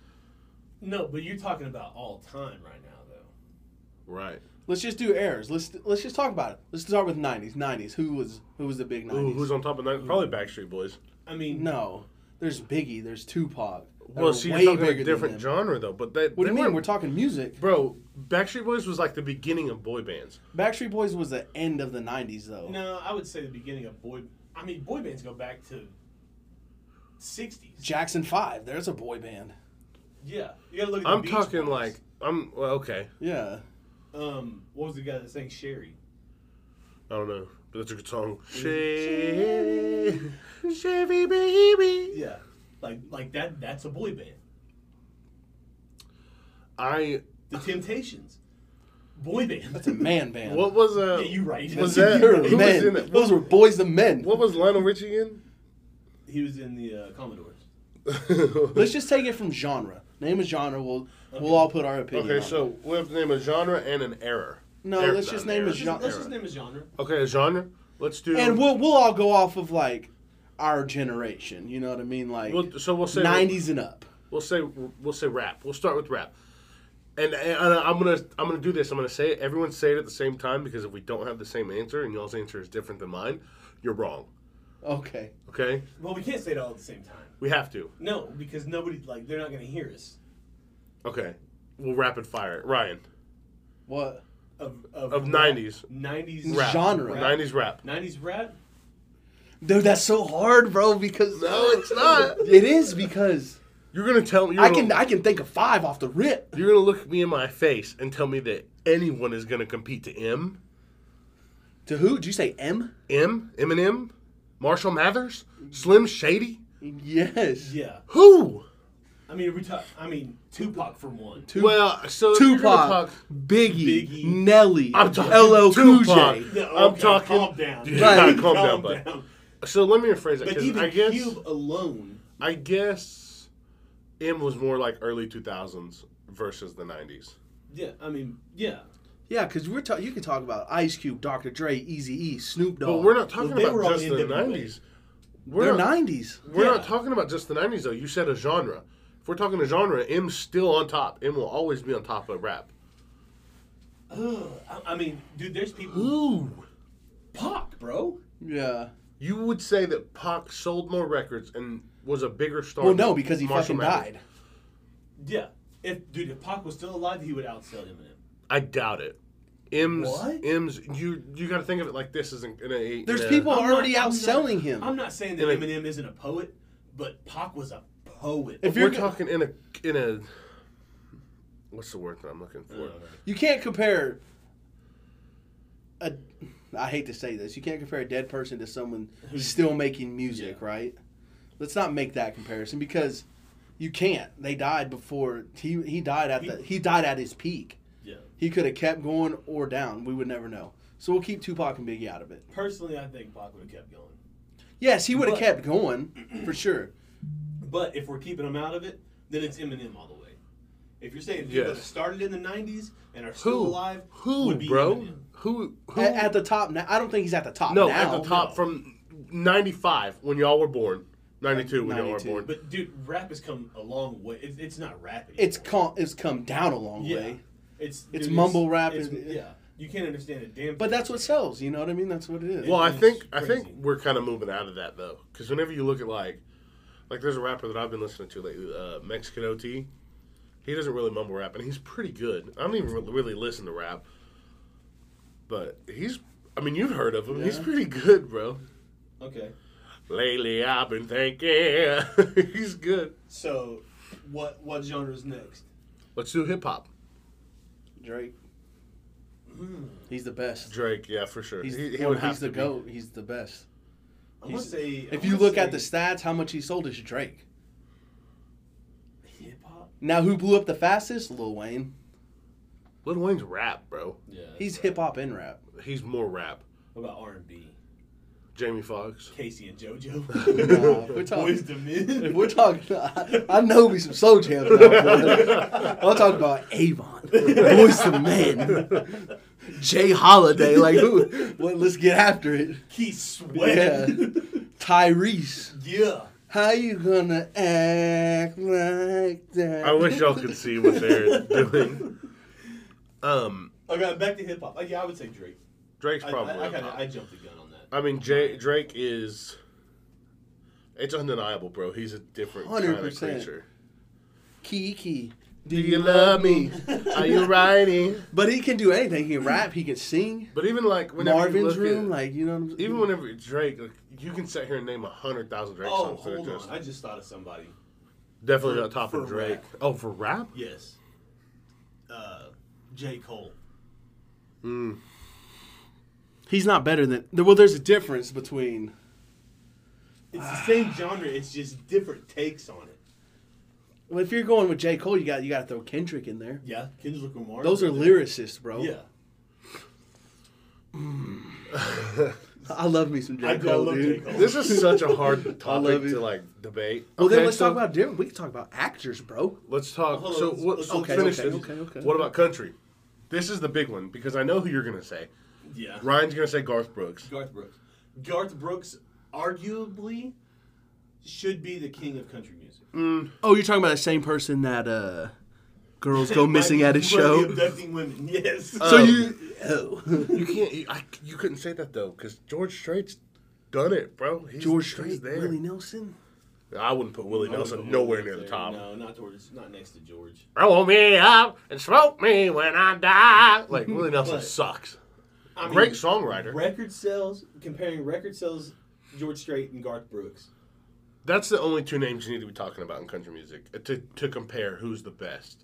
[SPEAKER 1] No, but you're talking about all time right now though.
[SPEAKER 3] Right.
[SPEAKER 2] Let's just do errors. Let's let's just talk about it. Let's start with nineties. Nineties. Who was who was the big
[SPEAKER 3] Ooh,
[SPEAKER 2] nineties?
[SPEAKER 3] who's on top of that? Probably Backstreet Boys.
[SPEAKER 1] I mean,
[SPEAKER 2] No, there's Biggie. There's Tupac. that
[SPEAKER 3] Well,
[SPEAKER 2] were
[SPEAKER 3] see,
[SPEAKER 2] way
[SPEAKER 3] you're talking
[SPEAKER 2] bigger
[SPEAKER 3] a
[SPEAKER 2] than
[SPEAKER 3] different
[SPEAKER 2] them.
[SPEAKER 3] genre though. But that
[SPEAKER 2] What do
[SPEAKER 3] they
[SPEAKER 2] you mean?
[SPEAKER 3] weren't-
[SPEAKER 2] We're talking music.
[SPEAKER 3] bro? Backstreet Boys was like the beginning of boy bands.
[SPEAKER 2] Backstreet Boys was the end of the nineties, though.
[SPEAKER 1] no, I would say the beginning of boy. I mean, boy bands go back to '60s.
[SPEAKER 2] Jackson Five. There's a boy band.
[SPEAKER 1] Yeah, you gotta look. at the
[SPEAKER 3] I'm
[SPEAKER 1] Beach
[SPEAKER 3] talking
[SPEAKER 1] Boys.
[SPEAKER 3] like I'm well, okay.
[SPEAKER 2] Yeah.
[SPEAKER 1] um, what was the guy that sang Sherry?
[SPEAKER 3] I don't know, but that's a good song. Chevy,
[SPEAKER 2] *laughs*
[SPEAKER 3] Chevy baby.
[SPEAKER 1] Yeah, like like that. That's a boy band.
[SPEAKER 3] I
[SPEAKER 1] The Temptations, boy band.
[SPEAKER 2] That's a man band.
[SPEAKER 3] what was uh?
[SPEAKER 1] Yeah, you right.
[SPEAKER 3] Was
[SPEAKER 1] That's-
[SPEAKER 3] that
[SPEAKER 2] *laughs* You're
[SPEAKER 3] who was
[SPEAKER 2] men.
[SPEAKER 3] in it?
[SPEAKER 2] Those were boys the men.
[SPEAKER 3] What was Lionel Richie in?
[SPEAKER 1] *laughs* he was in the uh, Commodores.
[SPEAKER 3] *laughs*
[SPEAKER 2] Let's just take it from genre. Name a genre. We'll we'll all put our opinion.
[SPEAKER 3] okay,
[SPEAKER 2] on it.
[SPEAKER 3] so we have to name a genre and an era.
[SPEAKER 2] No,
[SPEAKER 3] Era-
[SPEAKER 2] let's
[SPEAKER 3] not
[SPEAKER 2] just
[SPEAKER 3] an
[SPEAKER 2] name
[SPEAKER 3] era.
[SPEAKER 2] a gen-
[SPEAKER 1] Let's just name a genre.
[SPEAKER 3] Okay, a genre. Let's do.
[SPEAKER 2] and we'll we'll all go off of like our generation. You know what I mean? Like
[SPEAKER 3] we'll- so we'll say
[SPEAKER 2] nineties and up.
[SPEAKER 3] We'll say we'll say rap. We'll start with rap, and, and I'm gonna I'm gonna do this. I'm gonna say it. Everyone say it at the same time because if we don't have the same answer and y'all's answer is different than mine, you're wrong.
[SPEAKER 2] Okay.
[SPEAKER 3] Okay,
[SPEAKER 1] Well, we can't say it all at the same time.
[SPEAKER 3] we have to.
[SPEAKER 1] No, because nobody like they're not gonna hear us.
[SPEAKER 3] Okay, we'll rapid fire. it. Ryan
[SPEAKER 2] What
[SPEAKER 1] Of of,
[SPEAKER 3] Of 90s.
[SPEAKER 1] nineties
[SPEAKER 3] rap
[SPEAKER 2] Genre.
[SPEAKER 3] nineties rap.
[SPEAKER 1] nineties rap.
[SPEAKER 4] Dude, that's so hard, bro. Because
[SPEAKER 3] No, it's not.
[SPEAKER 4] It is because
[SPEAKER 3] *laughs* You're gonna tell me.
[SPEAKER 2] I can I can think of five off the rip.
[SPEAKER 3] You're gonna look me in my face and tell me that anyone is gonna compete to M,
[SPEAKER 2] To who? Did you say M?
[SPEAKER 3] M, Eminem, Marshall Mathers, Slim Shady.
[SPEAKER 2] Yes.
[SPEAKER 1] Yeah,
[SPEAKER 3] Who?
[SPEAKER 1] I mean, we talk. I mean, Tupac from one.
[SPEAKER 3] well, so if you're gonna
[SPEAKER 4] Tupac,
[SPEAKER 3] talk-
[SPEAKER 4] Biggie,
[SPEAKER 1] Biggie.
[SPEAKER 4] Nelly,
[SPEAKER 3] I'm talking
[SPEAKER 4] LL Cool
[SPEAKER 3] Tupac.
[SPEAKER 4] J.
[SPEAKER 1] No,
[SPEAKER 3] I'm
[SPEAKER 1] okay,
[SPEAKER 3] talking-
[SPEAKER 1] Calm *laughs* down.
[SPEAKER 3] Yeah,
[SPEAKER 4] Right.
[SPEAKER 3] calm down, bud. So let me rephrase that.
[SPEAKER 1] But
[SPEAKER 3] 'cause
[SPEAKER 1] even
[SPEAKER 3] I guess
[SPEAKER 1] Cube alone,
[SPEAKER 3] I guess M was more like early 2000s versus the 90s.
[SPEAKER 1] yeah. I mean, yeah.
[SPEAKER 4] Yeah, because we're talking. You can talk about Ice Cube, Dr. Dre, Easy E, Snoop Dogg.
[SPEAKER 3] But we're not talking
[SPEAKER 1] they were
[SPEAKER 3] about
[SPEAKER 1] all
[SPEAKER 3] just the
[SPEAKER 1] NWA.
[SPEAKER 3] 90s. We're
[SPEAKER 4] They're
[SPEAKER 3] not,
[SPEAKER 4] nineties.
[SPEAKER 3] we're
[SPEAKER 1] Yeah.
[SPEAKER 3] not talking about just the 90s though. You said a genre. If we're talking a genre, M's still on top. M will always be on top of rap.
[SPEAKER 1] Ugh, *sighs* I, I mean, dude, there's people.
[SPEAKER 3] Ooh.
[SPEAKER 1] Pac, bro.
[SPEAKER 2] Yeah.
[SPEAKER 3] You would say that Pac sold more records and was a bigger star.
[SPEAKER 2] Well, no,
[SPEAKER 3] than
[SPEAKER 2] because he
[SPEAKER 3] Marshall
[SPEAKER 2] fucking
[SPEAKER 3] Mathers.
[SPEAKER 2] died.
[SPEAKER 1] Yeah. If dude, if Pac was still alive, he would outsell Eminem.
[SPEAKER 3] I doubt it. M's
[SPEAKER 1] What?
[SPEAKER 3] M's you you got to think of it like this isn't in a
[SPEAKER 2] There's
[SPEAKER 3] in a-
[SPEAKER 2] people
[SPEAKER 1] I'm
[SPEAKER 2] already
[SPEAKER 1] not- I'm
[SPEAKER 2] outselling
[SPEAKER 1] not-
[SPEAKER 2] him.
[SPEAKER 1] I'm not saying that
[SPEAKER 3] Like-
[SPEAKER 1] Eminem isn't a poet, but Pac was a poet.
[SPEAKER 2] If
[SPEAKER 3] We're
[SPEAKER 2] you're go-
[SPEAKER 3] talking in a in a what's the word that I'm looking for?
[SPEAKER 2] You can't compare a. I hate to say this. You can't compare a dead person to someone still making music, right? Let's not make that comparison because you can't. They died before he he died at the he died at his peak.
[SPEAKER 1] yeah.
[SPEAKER 2] He could have kept going or down. We would never know. So we'll keep Tupac and Biggie out of it.
[SPEAKER 1] Personally, I think Pac would have kept going.
[SPEAKER 2] Yes, he would have
[SPEAKER 1] But-
[SPEAKER 2] kept going
[SPEAKER 3] *clears throat*
[SPEAKER 2] for sure.
[SPEAKER 1] But if we're keeping him out of it, then it's Eminem all the way. If you're saying people
[SPEAKER 3] Yes.
[SPEAKER 1] that started in the '90s and are still
[SPEAKER 3] Who?
[SPEAKER 1] alive,
[SPEAKER 3] Who,
[SPEAKER 1] would be
[SPEAKER 3] bro?
[SPEAKER 1] Eminem.
[SPEAKER 3] Who? Who?
[SPEAKER 2] A- At, the top now, I don't think he's at the top.
[SPEAKER 3] no,
[SPEAKER 2] now.
[SPEAKER 3] at the top from '95 when y'all were born, '92 when y'all were
[SPEAKER 2] 92,
[SPEAKER 3] born.
[SPEAKER 1] But dude, rap has come a long way. It, it's not rap. Anymore.
[SPEAKER 2] It's come it's come down a long
[SPEAKER 1] yeah.
[SPEAKER 2] way.
[SPEAKER 1] It's dude,
[SPEAKER 2] It's mumble rap
[SPEAKER 1] it's-
[SPEAKER 2] and-
[SPEAKER 1] yeah, you can't understand a damn.
[SPEAKER 2] But that's what sells. You know what I mean? That's what it is.
[SPEAKER 3] well, I
[SPEAKER 1] it's
[SPEAKER 3] think I think
[SPEAKER 1] crazy.
[SPEAKER 3] we're kind of moving out of that though, because whenever you look at like like there's a rapper that I've been listening to lately, uh, Mexican OT. He doesn't really mumble rap, and he's pretty good. I don't even re- really listen to rap, but he's. I mean, you've heard of him. He's
[SPEAKER 2] Yeah.
[SPEAKER 3] pretty good, bro.
[SPEAKER 1] Okay.
[SPEAKER 3] Lately, I've been thinking *laughs* he's good.
[SPEAKER 1] So, what what genre's next?
[SPEAKER 3] Let's do hip hop.
[SPEAKER 2] Drake. He's the best.
[SPEAKER 3] Drake, yeah, for sure.
[SPEAKER 2] He's,
[SPEAKER 3] Hmm. He- he
[SPEAKER 2] well,
[SPEAKER 3] would have
[SPEAKER 2] he's the
[SPEAKER 3] to be.
[SPEAKER 2] goat. He's the best.
[SPEAKER 1] I'm gonna
[SPEAKER 2] He's-
[SPEAKER 1] say.
[SPEAKER 2] If you look at the stats, how much he sold is Drake.
[SPEAKER 1] hip hop,
[SPEAKER 2] Now, who blew up the fastest? Lil Wayne.
[SPEAKER 3] Lil Wayne's rap, bro.
[SPEAKER 1] yeah, that's
[SPEAKER 2] He's
[SPEAKER 1] right.
[SPEAKER 2] hip hop and rap.
[SPEAKER 3] He's more rap.
[SPEAKER 1] What about R and B?
[SPEAKER 3] Jamie Foxx.
[SPEAKER 1] Casey and
[SPEAKER 2] *laughs* Nah,
[SPEAKER 1] JoJo. *laughs*
[SPEAKER 2] if we're
[SPEAKER 1] Boys
[SPEAKER 2] talking.
[SPEAKER 1] to
[SPEAKER 2] *laughs* if
[SPEAKER 1] men. *laughs*
[SPEAKER 2] we're talking. I, I know we some soul jams.
[SPEAKER 3] *laughs*
[SPEAKER 2] Now, boy. I'll talk about Avon, Boys to Men,
[SPEAKER 4] Jay Holiday, like who?
[SPEAKER 2] Well, let's get after it.
[SPEAKER 1] Keith Sweat.
[SPEAKER 2] Tyrese,
[SPEAKER 1] *laughs* yeah.
[SPEAKER 2] how you gonna act like that?
[SPEAKER 3] *laughs* I wish y'all could see what they're doing. Um,
[SPEAKER 1] Okay, back to hip hop. Like, yeah, I would say Drake.
[SPEAKER 3] Drake's
[SPEAKER 1] I,
[SPEAKER 3] probably.
[SPEAKER 1] I, I, kinda,
[SPEAKER 3] hip-hop.
[SPEAKER 1] I jumped the gun on that.
[SPEAKER 3] I mean, J- Drake is. It's undeniable, bro. He's a different kind of
[SPEAKER 2] 100%.
[SPEAKER 3] creature.
[SPEAKER 2] Kiki.
[SPEAKER 3] Do you love me? Are you riding?
[SPEAKER 2] But he can do anything. He can rap. He can sing.
[SPEAKER 3] But even like whenever you
[SPEAKER 2] Marvin's
[SPEAKER 3] look
[SPEAKER 2] room,
[SPEAKER 3] at,
[SPEAKER 2] like you know. What I'm saying?
[SPEAKER 3] even whenever Drake, like, you can sit here and name a hundred thousand Drake
[SPEAKER 1] Oh,
[SPEAKER 3] songs that
[SPEAKER 1] hold
[SPEAKER 3] are just
[SPEAKER 1] on. I just thought of somebody.
[SPEAKER 3] definitely
[SPEAKER 1] For-
[SPEAKER 3] on top of
[SPEAKER 1] for
[SPEAKER 3] Drake.
[SPEAKER 1] rap.
[SPEAKER 3] Oh, for rap?
[SPEAKER 1] Yes. Uh, J. Cole.
[SPEAKER 3] Mm.
[SPEAKER 2] he's not better than. Well, there's a difference between
[SPEAKER 1] It's the same genre. It's just different takes on it.
[SPEAKER 2] Well, if you're going with J. Cole, you got you got to throw Kendrick in there.
[SPEAKER 1] Yeah, Kendrick Lamar.
[SPEAKER 2] Those are lyricists, bro.
[SPEAKER 1] Yeah.
[SPEAKER 2] *laughs* I love me some J.
[SPEAKER 1] I do, I
[SPEAKER 2] Cole,
[SPEAKER 1] love J.
[SPEAKER 2] dude.
[SPEAKER 1] Cole.
[SPEAKER 3] This is such a hard
[SPEAKER 2] love
[SPEAKER 3] topic
[SPEAKER 2] you.
[SPEAKER 3] to like debate.
[SPEAKER 2] Well, then
[SPEAKER 3] Okay,
[SPEAKER 2] let's
[SPEAKER 3] so
[SPEAKER 2] talk about different. We can talk about actors, bro.
[SPEAKER 3] Let's talk.
[SPEAKER 1] Hold on,
[SPEAKER 3] so
[SPEAKER 1] let's-
[SPEAKER 3] what?
[SPEAKER 1] let's-
[SPEAKER 3] so
[SPEAKER 1] okay,
[SPEAKER 3] finish
[SPEAKER 2] okay,
[SPEAKER 3] this.
[SPEAKER 2] okay, okay.
[SPEAKER 3] What about country? This is the big one because I know who you're gonna say.
[SPEAKER 1] Yeah.
[SPEAKER 3] Ryan's gonna say Garth Brooks.
[SPEAKER 1] Garth Brooks. Garth Brooks arguably should be the king of country music.
[SPEAKER 2] Oh, you're talking about the same person that uh, girls go *laughs*
[SPEAKER 1] Might
[SPEAKER 2] missing
[SPEAKER 1] be-
[SPEAKER 2] at his
[SPEAKER 1] might be
[SPEAKER 2] show.
[SPEAKER 1] Abducting women. *laughs* Yes.
[SPEAKER 2] So
[SPEAKER 3] Um,
[SPEAKER 2] you, oh.
[SPEAKER 3] You can't. You, I, you couldn't say that though because George Strait's done it, bro. He's,
[SPEAKER 2] *laughs* George
[SPEAKER 3] he's
[SPEAKER 2] Strait,
[SPEAKER 3] there.
[SPEAKER 2] Willie Nelson.
[SPEAKER 3] I wouldn't put Willie
[SPEAKER 1] I would
[SPEAKER 3] Nelson
[SPEAKER 1] put
[SPEAKER 3] nowhere
[SPEAKER 1] Willie
[SPEAKER 3] near the
[SPEAKER 1] there.
[SPEAKER 3] top.
[SPEAKER 1] No, not towards, not next to George.
[SPEAKER 3] Roll me up and smoke me when I die. Like Willie Nelson
[SPEAKER 1] But-
[SPEAKER 3] sucks.
[SPEAKER 1] I mean,
[SPEAKER 3] Great songwriter.
[SPEAKER 1] Record sales. Comparing record sales, George Strait and Garth Brooks.
[SPEAKER 3] That's the only two names you need to be talking about in country music uh, to to compare who's the best.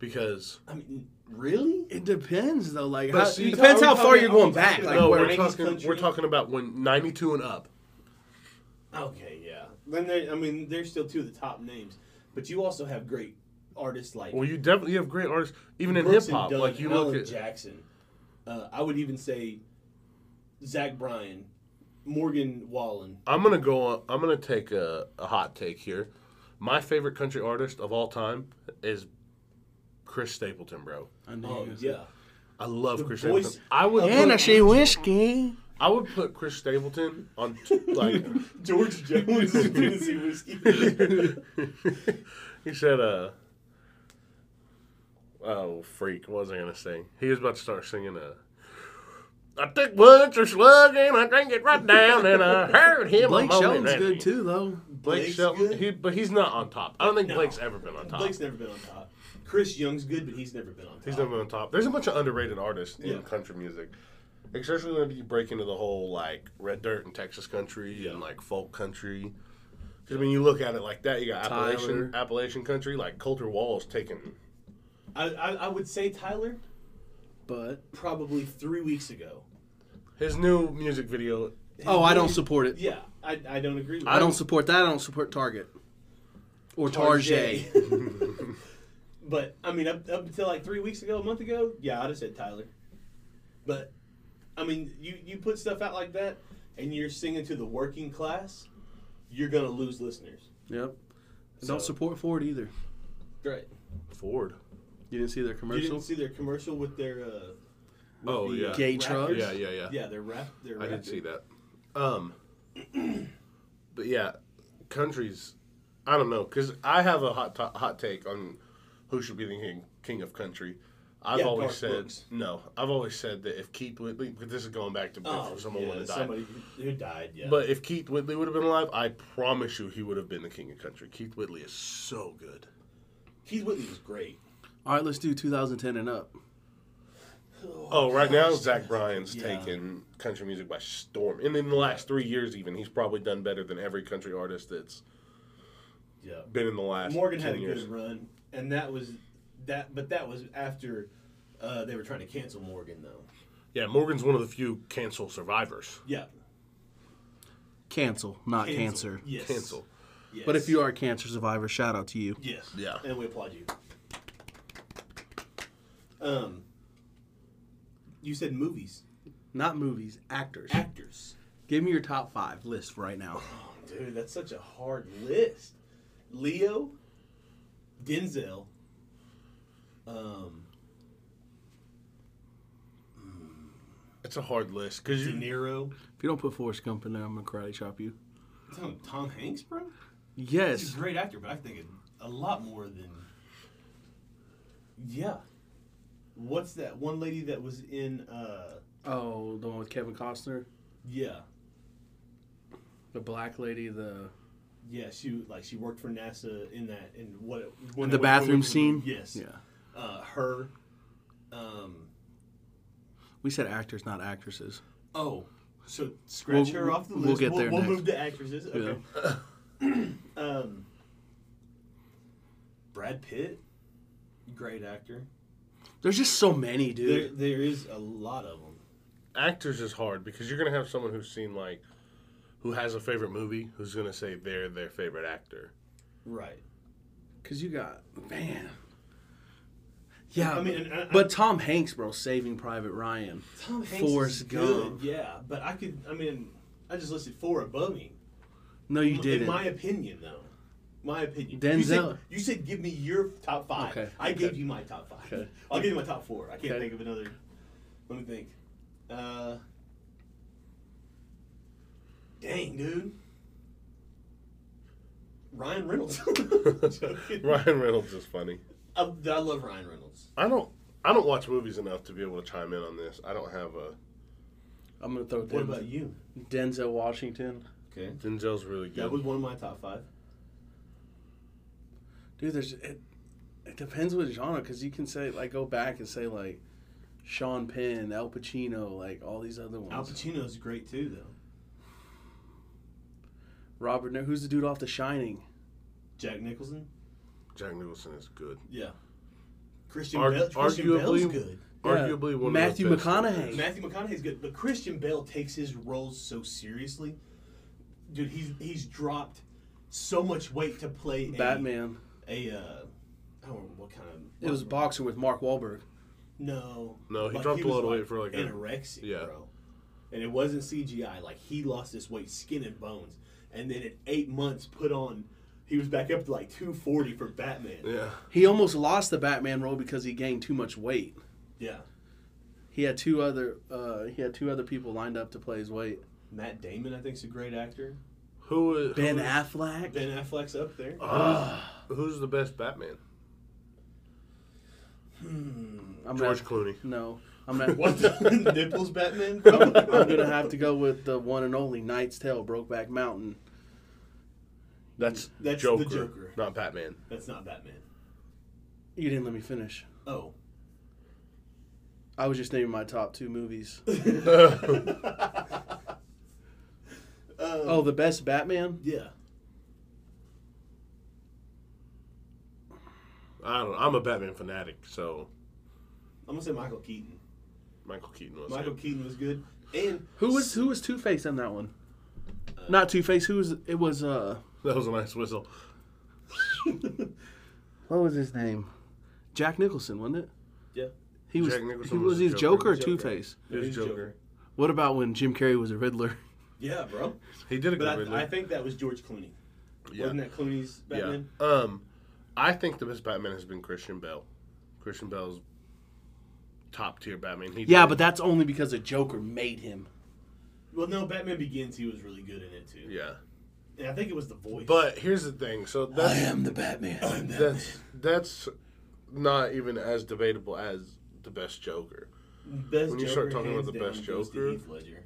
[SPEAKER 3] Because
[SPEAKER 1] I mean, really?
[SPEAKER 2] It depends though. Like,
[SPEAKER 3] But
[SPEAKER 2] how,
[SPEAKER 3] see,
[SPEAKER 2] it depends
[SPEAKER 1] are
[SPEAKER 2] how
[SPEAKER 1] we
[SPEAKER 2] far
[SPEAKER 1] talking-
[SPEAKER 2] you're
[SPEAKER 1] are we
[SPEAKER 2] going back.
[SPEAKER 1] talking
[SPEAKER 2] Like,
[SPEAKER 3] no,
[SPEAKER 1] about-
[SPEAKER 2] where-
[SPEAKER 3] we're
[SPEAKER 1] 90s
[SPEAKER 3] talking
[SPEAKER 1] country?
[SPEAKER 3] we're talking about when ninety two and up.
[SPEAKER 1] Okay, yeah. Then there, I mean, they're still two of the top names, but you also have great artists like
[SPEAKER 3] Well, you definitely have great artists, even in hip
[SPEAKER 1] Brooks and
[SPEAKER 3] hop.
[SPEAKER 1] Dunn,
[SPEAKER 3] Like you
[SPEAKER 1] Alan
[SPEAKER 3] look at
[SPEAKER 1] Jackson. Uh, I would even say Zach Bryan, Morgan Wallen.
[SPEAKER 3] I'm gonna go. On, I'm gonna take a, a hot take here. My favorite country artist of all time is Chris Stapleton, bro.
[SPEAKER 2] I know
[SPEAKER 1] Oh
[SPEAKER 2] you guys-
[SPEAKER 1] yeah,
[SPEAKER 3] I love Chris
[SPEAKER 1] voice
[SPEAKER 3] Stapleton. I would.
[SPEAKER 1] of-
[SPEAKER 3] Put,
[SPEAKER 4] And I see whiskey.
[SPEAKER 3] I would put Chris Stapleton on t-
[SPEAKER 1] *laughs*
[SPEAKER 3] like.
[SPEAKER 1] George *laughs* Jones is Tennessee whiskey.
[SPEAKER 3] he said, "Uh, oh freak, what was I gonna say?" He was about to start singing uh I took once or slug and I drank it right down and I heard him. a
[SPEAKER 4] Blake
[SPEAKER 3] moaning
[SPEAKER 4] Shelton's
[SPEAKER 3] at me.
[SPEAKER 4] good too, though.
[SPEAKER 3] Blake
[SPEAKER 1] Blake's
[SPEAKER 3] Shelton,
[SPEAKER 1] good?
[SPEAKER 3] he, but he's not on top. I don't think
[SPEAKER 1] No.
[SPEAKER 3] Blake's ever been on top.
[SPEAKER 1] Blake's never been on top. Chris Young's good, but he's never been on top.
[SPEAKER 3] he's never been on top. There's a bunch of underrated artists
[SPEAKER 1] Yeah.
[SPEAKER 3] in country music, especially when you break into the whole like red dirt and Texas country and like folk country. 'Cause, I mean, you look at it like that. You got Appalachian
[SPEAKER 4] Tyler.
[SPEAKER 3] Appalachian country, like Coulter Wall's taking.
[SPEAKER 1] I, I, I would say Tyler
[SPEAKER 2] But
[SPEAKER 1] probably three weeks ago.
[SPEAKER 3] His new music video
[SPEAKER 4] Oh, I don't support it.
[SPEAKER 1] Yeah, I, I don't agree. With
[SPEAKER 4] I don't
[SPEAKER 1] that.
[SPEAKER 4] support that. I don't support Target or Target.
[SPEAKER 1] Tarjay. but I mean, up, up until like three weeks ago, a month ago, yeah, I'd have said Tyler. But I mean, you you put stuff out like that, and you're singing to the working class, you're gonna lose listeners.
[SPEAKER 4] Yep.
[SPEAKER 1] So-
[SPEAKER 4] Don't support Ford either.
[SPEAKER 1] Right.
[SPEAKER 3] Ford.
[SPEAKER 4] You didn't see their
[SPEAKER 1] You didn't
[SPEAKER 4] commercial?
[SPEAKER 1] see their commercial with their. Uh, with
[SPEAKER 3] Oh,
[SPEAKER 1] the,
[SPEAKER 3] yeah.
[SPEAKER 1] uh,
[SPEAKER 2] Gay
[SPEAKER 1] Raptors?
[SPEAKER 2] trucks?
[SPEAKER 3] Yeah, yeah, yeah.
[SPEAKER 1] Yeah, their rap. Their
[SPEAKER 3] I did
[SPEAKER 1] Raptors.
[SPEAKER 3] see that. Um, *clears throat* but yeah, countries. I don't know because I have a hot to- hot take on who should be the king, king of country. I've
[SPEAKER 1] Yeah,
[SPEAKER 3] always
[SPEAKER 1] Garth
[SPEAKER 3] said
[SPEAKER 1] Brooks.
[SPEAKER 3] no. I've always said that if Keith Whitley, because this is going back to
[SPEAKER 1] Oh,
[SPEAKER 3] if someone
[SPEAKER 1] yeah,
[SPEAKER 3] would have died.
[SPEAKER 1] somebody who died. Yeah.
[SPEAKER 3] But if Keith Whitley would have been alive, I promise you he would have been the king of country. Keith Whitley is so good.
[SPEAKER 1] Keith Whitley was great.
[SPEAKER 2] All right, let's do 2010 and up.
[SPEAKER 3] Oh, right now Zach Bryan's
[SPEAKER 1] Yeah.
[SPEAKER 3] taken country music by storm, and in the last three years, even he's probably done better than every country artist that's
[SPEAKER 1] Yeah.
[SPEAKER 3] been in the last.
[SPEAKER 1] Morgan
[SPEAKER 3] 10
[SPEAKER 1] had a
[SPEAKER 3] years.
[SPEAKER 1] good run, and that was that. But that was after uh, they were trying to cancel Morgan, though.
[SPEAKER 3] Yeah, Morgan's one of the few cancel survivors.
[SPEAKER 1] Yeah,
[SPEAKER 2] Uh, Cancel, not
[SPEAKER 1] Cancel.
[SPEAKER 2] cancer.
[SPEAKER 1] Yes,
[SPEAKER 3] Cancel.
[SPEAKER 1] Yes.
[SPEAKER 2] But if you are a cancer survivor, shout out to you.
[SPEAKER 1] yes,
[SPEAKER 3] Yeah.
[SPEAKER 1] and we applaud you. Um, you said movies,
[SPEAKER 2] Not movies, actors.
[SPEAKER 1] actors.
[SPEAKER 2] Give me your top five list right now.
[SPEAKER 1] Oh, dude, that's such a hard list. Leo, Denzel. Um,
[SPEAKER 3] It's a hard list because
[SPEAKER 1] De
[SPEAKER 3] you.
[SPEAKER 1] Niro.
[SPEAKER 2] *sighs* If you don't put Forrest Gump in there, I'm gonna karate chop you.
[SPEAKER 1] Tom, Tom Hanks, bro. He's
[SPEAKER 2] Yes.
[SPEAKER 1] a great actor, but I think it- a lot more than. Yeah. What's that one lady that was in? uh
[SPEAKER 2] Oh, the one with Kevin Costner,
[SPEAKER 1] Yeah,
[SPEAKER 2] the black lady, the
[SPEAKER 1] yeah. She like she worked for NASA in that and what it- when
[SPEAKER 2] in
[SPEAKER 1] it
[SPEAKER 2] the
[SPEAKER 1] was-
[SPEAKER 2] bathroom
[SPEAKER 1] when-
[SPEAKER 2] scene.
[SPEAKER 1] Yes.
[SPEAKER 2] Yeah.
[SPEAKER 1] Uh, her. Um.
[SPEAKER 2] We said actors, not actresses.
[SPEAKER 1] Oh. So scratch
[SPEAKER 2] We'll-
[SPEAKER 1] her off the list.
[SPEAKER 2] we'll get there
[SPEAKER 1] We'll
[SPEAKER 2] next.
[SPEAKER 1] move to actresses. Okay. *clears throat* um. Brad Pitt, great actor.
[SPEAKER 2] There's just so many,
[SPEAKER 1] There,
[SPEAKER 2] dude.
[SPEAKER 1] there is a lot of them.
[SPEAKER 3] Actors is hard because you're going to have someone who's seen, like, who has a favorite movie who's going to say they're their
[SPEAKER 1] *laughs*
[SPEAKER 3] favorite actor. *laughs*
[SPEAKER 1] Right.
[SPEAKER 2] Cause you got man. Yeah,
[SPEAKER 1] I mean, and I- I-
[SPEAKER 2] but Tom Hanks, bro, Saving Private Ryan.
[SPEAKER 1] Tom Hanks is
[SPEAKER 2] Forrest
[SPEAKER 1] good,
[SPEAKER 2] Gump.
[SPEAKER 1] yeah, but I could. I mean, I just listed four above me.
[SPEAKER 2] No, you
[SPEAKER 1] In
[SPEAKER 2] didn't.
[SPEAKER 1] my opinion, though, my opinion. You
[SPEAKER 2] Denzel.
[SPEAKER 1] said, you said give me your top five.
[SPEAKER 2] Okay,
[SPEAKER 1] I
[SPEAKER 2] okay.
[SPEAKER 1] gave you my top five.
[SPEAKER 2] Okay.
[SPEAKER 1] I'll give you my top four. I can't
[SPEAKER 2] Okay.
[SPEAKER 1] think of another. Let me think. Uh, dang, dude. Ryan Reynolds. *laughs* Joking.
[SPEAKER 3] Ryan Reynolds is funny.
[SPEAKER 1] I, I love Ryan Reynolds.
[SPEAKER 3] I don't. I don't watch movies enough to be able to chime in on this. I don't have a
[SPEAKER 2] I'm gonna throw
[SPEAKER 1] What
[SPEAKER 2] Den-
[SPEAKER 1] about you?
[SPEAKER 2] Denzel Washington.
[SPEAKER 1] Okay.
[SPEAKER 3] Denzel's really good.
[SPEAKER 1] That was one of my top five.
[SPEAKER 2] Dude, there's it. It depends what genre, cause you can say like go back and say like Sean Penn, Al Pacino, like all these other ones.
[SPEAKER 1] Al Pacino's great too, though.
[SPEAKER 2] Robert, Ne- who's the dude off The Shining?
[SPEAKER 1] Jack Nicholson.
[SPEAKER 3] Jack Nicholson is good.
[SPEAKER 1] Yeah. Christian,
[SPEAKER 3] Ar-
[SPEAKER 1] Bale, Christian
[SPEAKER 3] arguably-
[SPEAKER 1] Bale's good.
[SPEAKER 2] Yeah,
[SPEAKER 3] Arguably one
[SPEAKER 2] Matthew
[SPEAKER 3] of the best
[SPEAKER 2] McConaughey.
[SPEAKER 3] actors.
[SPEAKER 1] Matthew McConaughey's good, but Christian Bale takes his roles so seriously. Dude, he's he's dropped so much weight to play a-
[SPEAKER 2] Batman.
[SPEAKER 1] A, uh, I don't remember what kind of.
[SPEAKER 2] It was boxer with Mark Wahlberg.
[SPEAKER 1] No.
[SPEAKER 3] No, he dropped a
[SPEAKER 1] was,
[SPEAKER 3] lot of weight for, like, a-
[SPEAKER 1] anorexic,
[SPEAKER 3] yeah.
[SPEAKER 1] bro. And it wasn't CGI. Like he lost this weight, skin and bones, and then at eight months, put on. He was back up to like two forty for Batman.
[SPEAKER 3] Yeah.
[SPEAKER 2] He almost lost the Batman role because he gained too much weight.
[SPEAKER 1] yeah.
[SPEAKER 2] He had two other uh, he had two other people lined up to play his weight.
[SPEAKER 1] Matt Damon, I think, is a great
[SPEAKER 3] *laughs*
[SPEAKER 1] actor.
[SPEAKER 3] Who is
[SPEAKER 2] Ben
[SPEAKER 3] who is-
[SPEAKER 2] Affleck.
[SPEAKER 1] Ben Affleck's up there.
[SPEAKER 3] Uh, Who's the best Batman?
[SPEAKER 2] I'm
[SPEAKER 3] George
[SPEAKER 2] gonna-
[SPEAKER 3] Clooney.
[SPEAKER 2] *laughs* No,
[SPEAKER 3] *laughs*
[SPEAKER 2] I'm not.
[SPEAKER 1] What the *laughs* nipples, Batman?
[SPEAKER 2] *laughs* I'm, I'm gonna have to go with the one and only Knight's Tale, Brokeback Mountain.
[SPEAKER 3] That's,
[SPEAKER 1] That's the
[SPEAKER 3] Joker,
[SPEAKER 1] Joker. *laughs*
[SPEAKER 3] not Batman.
[SPEAKER 1] That's not Batman.
[SPEAKER 2] You didn't let me finish.
[SPEAKER 1] Oh,
[SPEAKER 2] I was just naming my top
[SPEAKER 3] *laughs*
[SPEAKER 2] two movies. oh, the best Batman.
[SPEAKER 1] yeah.
[SPEAKER 3] I don't. know. I'm a Batman fanatic, so
[SPEAKER 1] I'm gonna say Michael Keaton.
[SPEAKER 3] Michael Keaton was.
[SPEAKER 1] Michael
[SPEAKER 3] it.
[SPEAKER 1] Keaton was good, and
[SPEAKER 2] Who was who was Two Face in that one? Not Two Face. Who was it? Was uh,
[SPEAKER 3] *laughs* That was a nice whistle.
[SPEAKER 2] what was his name? Jack Nicholson, wasn't it?
[SPEAKER 1] *laughs* yeah,
[SPEAKER 2] He was.
[SPEAKER 3] Jack Nicholson
[SPEAKER 2] he
[SPEAKER 3] was
[SPEAKER 2] was, he
[SPEAKER 3] Joker.
[SPEAKER 2] Joker, or
[SPEAKER 3] Joker.
[SPEAKER 2] Two Face?
[SPEAKER 3] He was
[SPEAKER 1] He's
[SPEAKER 3] Joker.
[SPEAKER 2] What about when Jim Carrey was a Riddler? *laughs*
[SPEAKER 1] yeah, *laughs* bro.
[SPEAKER 3] He did a good
[SPEAKER 1] But
[SPEAKER 3] Riddler.
[SPEAKER 1] I, I think that was George Clooney.
[SPEAKER 3] yeah.
[SPEAKER 1] Wasn't that Clooney's Batman?
[SPEAKER 3] Yeah. Um, I think the best Batman has been Christian Bale. Christian Bale's top tier Batman. He
[SPEAKER 2] Yeah,
[SPEAKER 3] did-
[SPEAKER 2] but that's only because the Joker made him.
[SPEAKER 1] Well, no, Batman Begins. He was really good in it too.
[SPEAKER 3] yeah.
[SPEAKER 1] And I think it was the voice. *laughs*
[SPEAKER 3] But here's the thing. So that's
[SPEAKER 2] *laughs* the Batman.
[SPEAKER 3] that's that's not even as debatable as the best Joker.
[SPEAKER 1] best
[SPEAKER 3] when you start
[SPEAKER 1] Joker,
[SPEAKER 3] talking about
[SPEAKER 1] hands
[SPEAKER 3] the
[SPEAKER 1] down,
[SPEAKER 3] best
[SPEAKER 1] goes to
[SPEAKER 3] Joker-
[SPEAKER 1] Heath Ledger.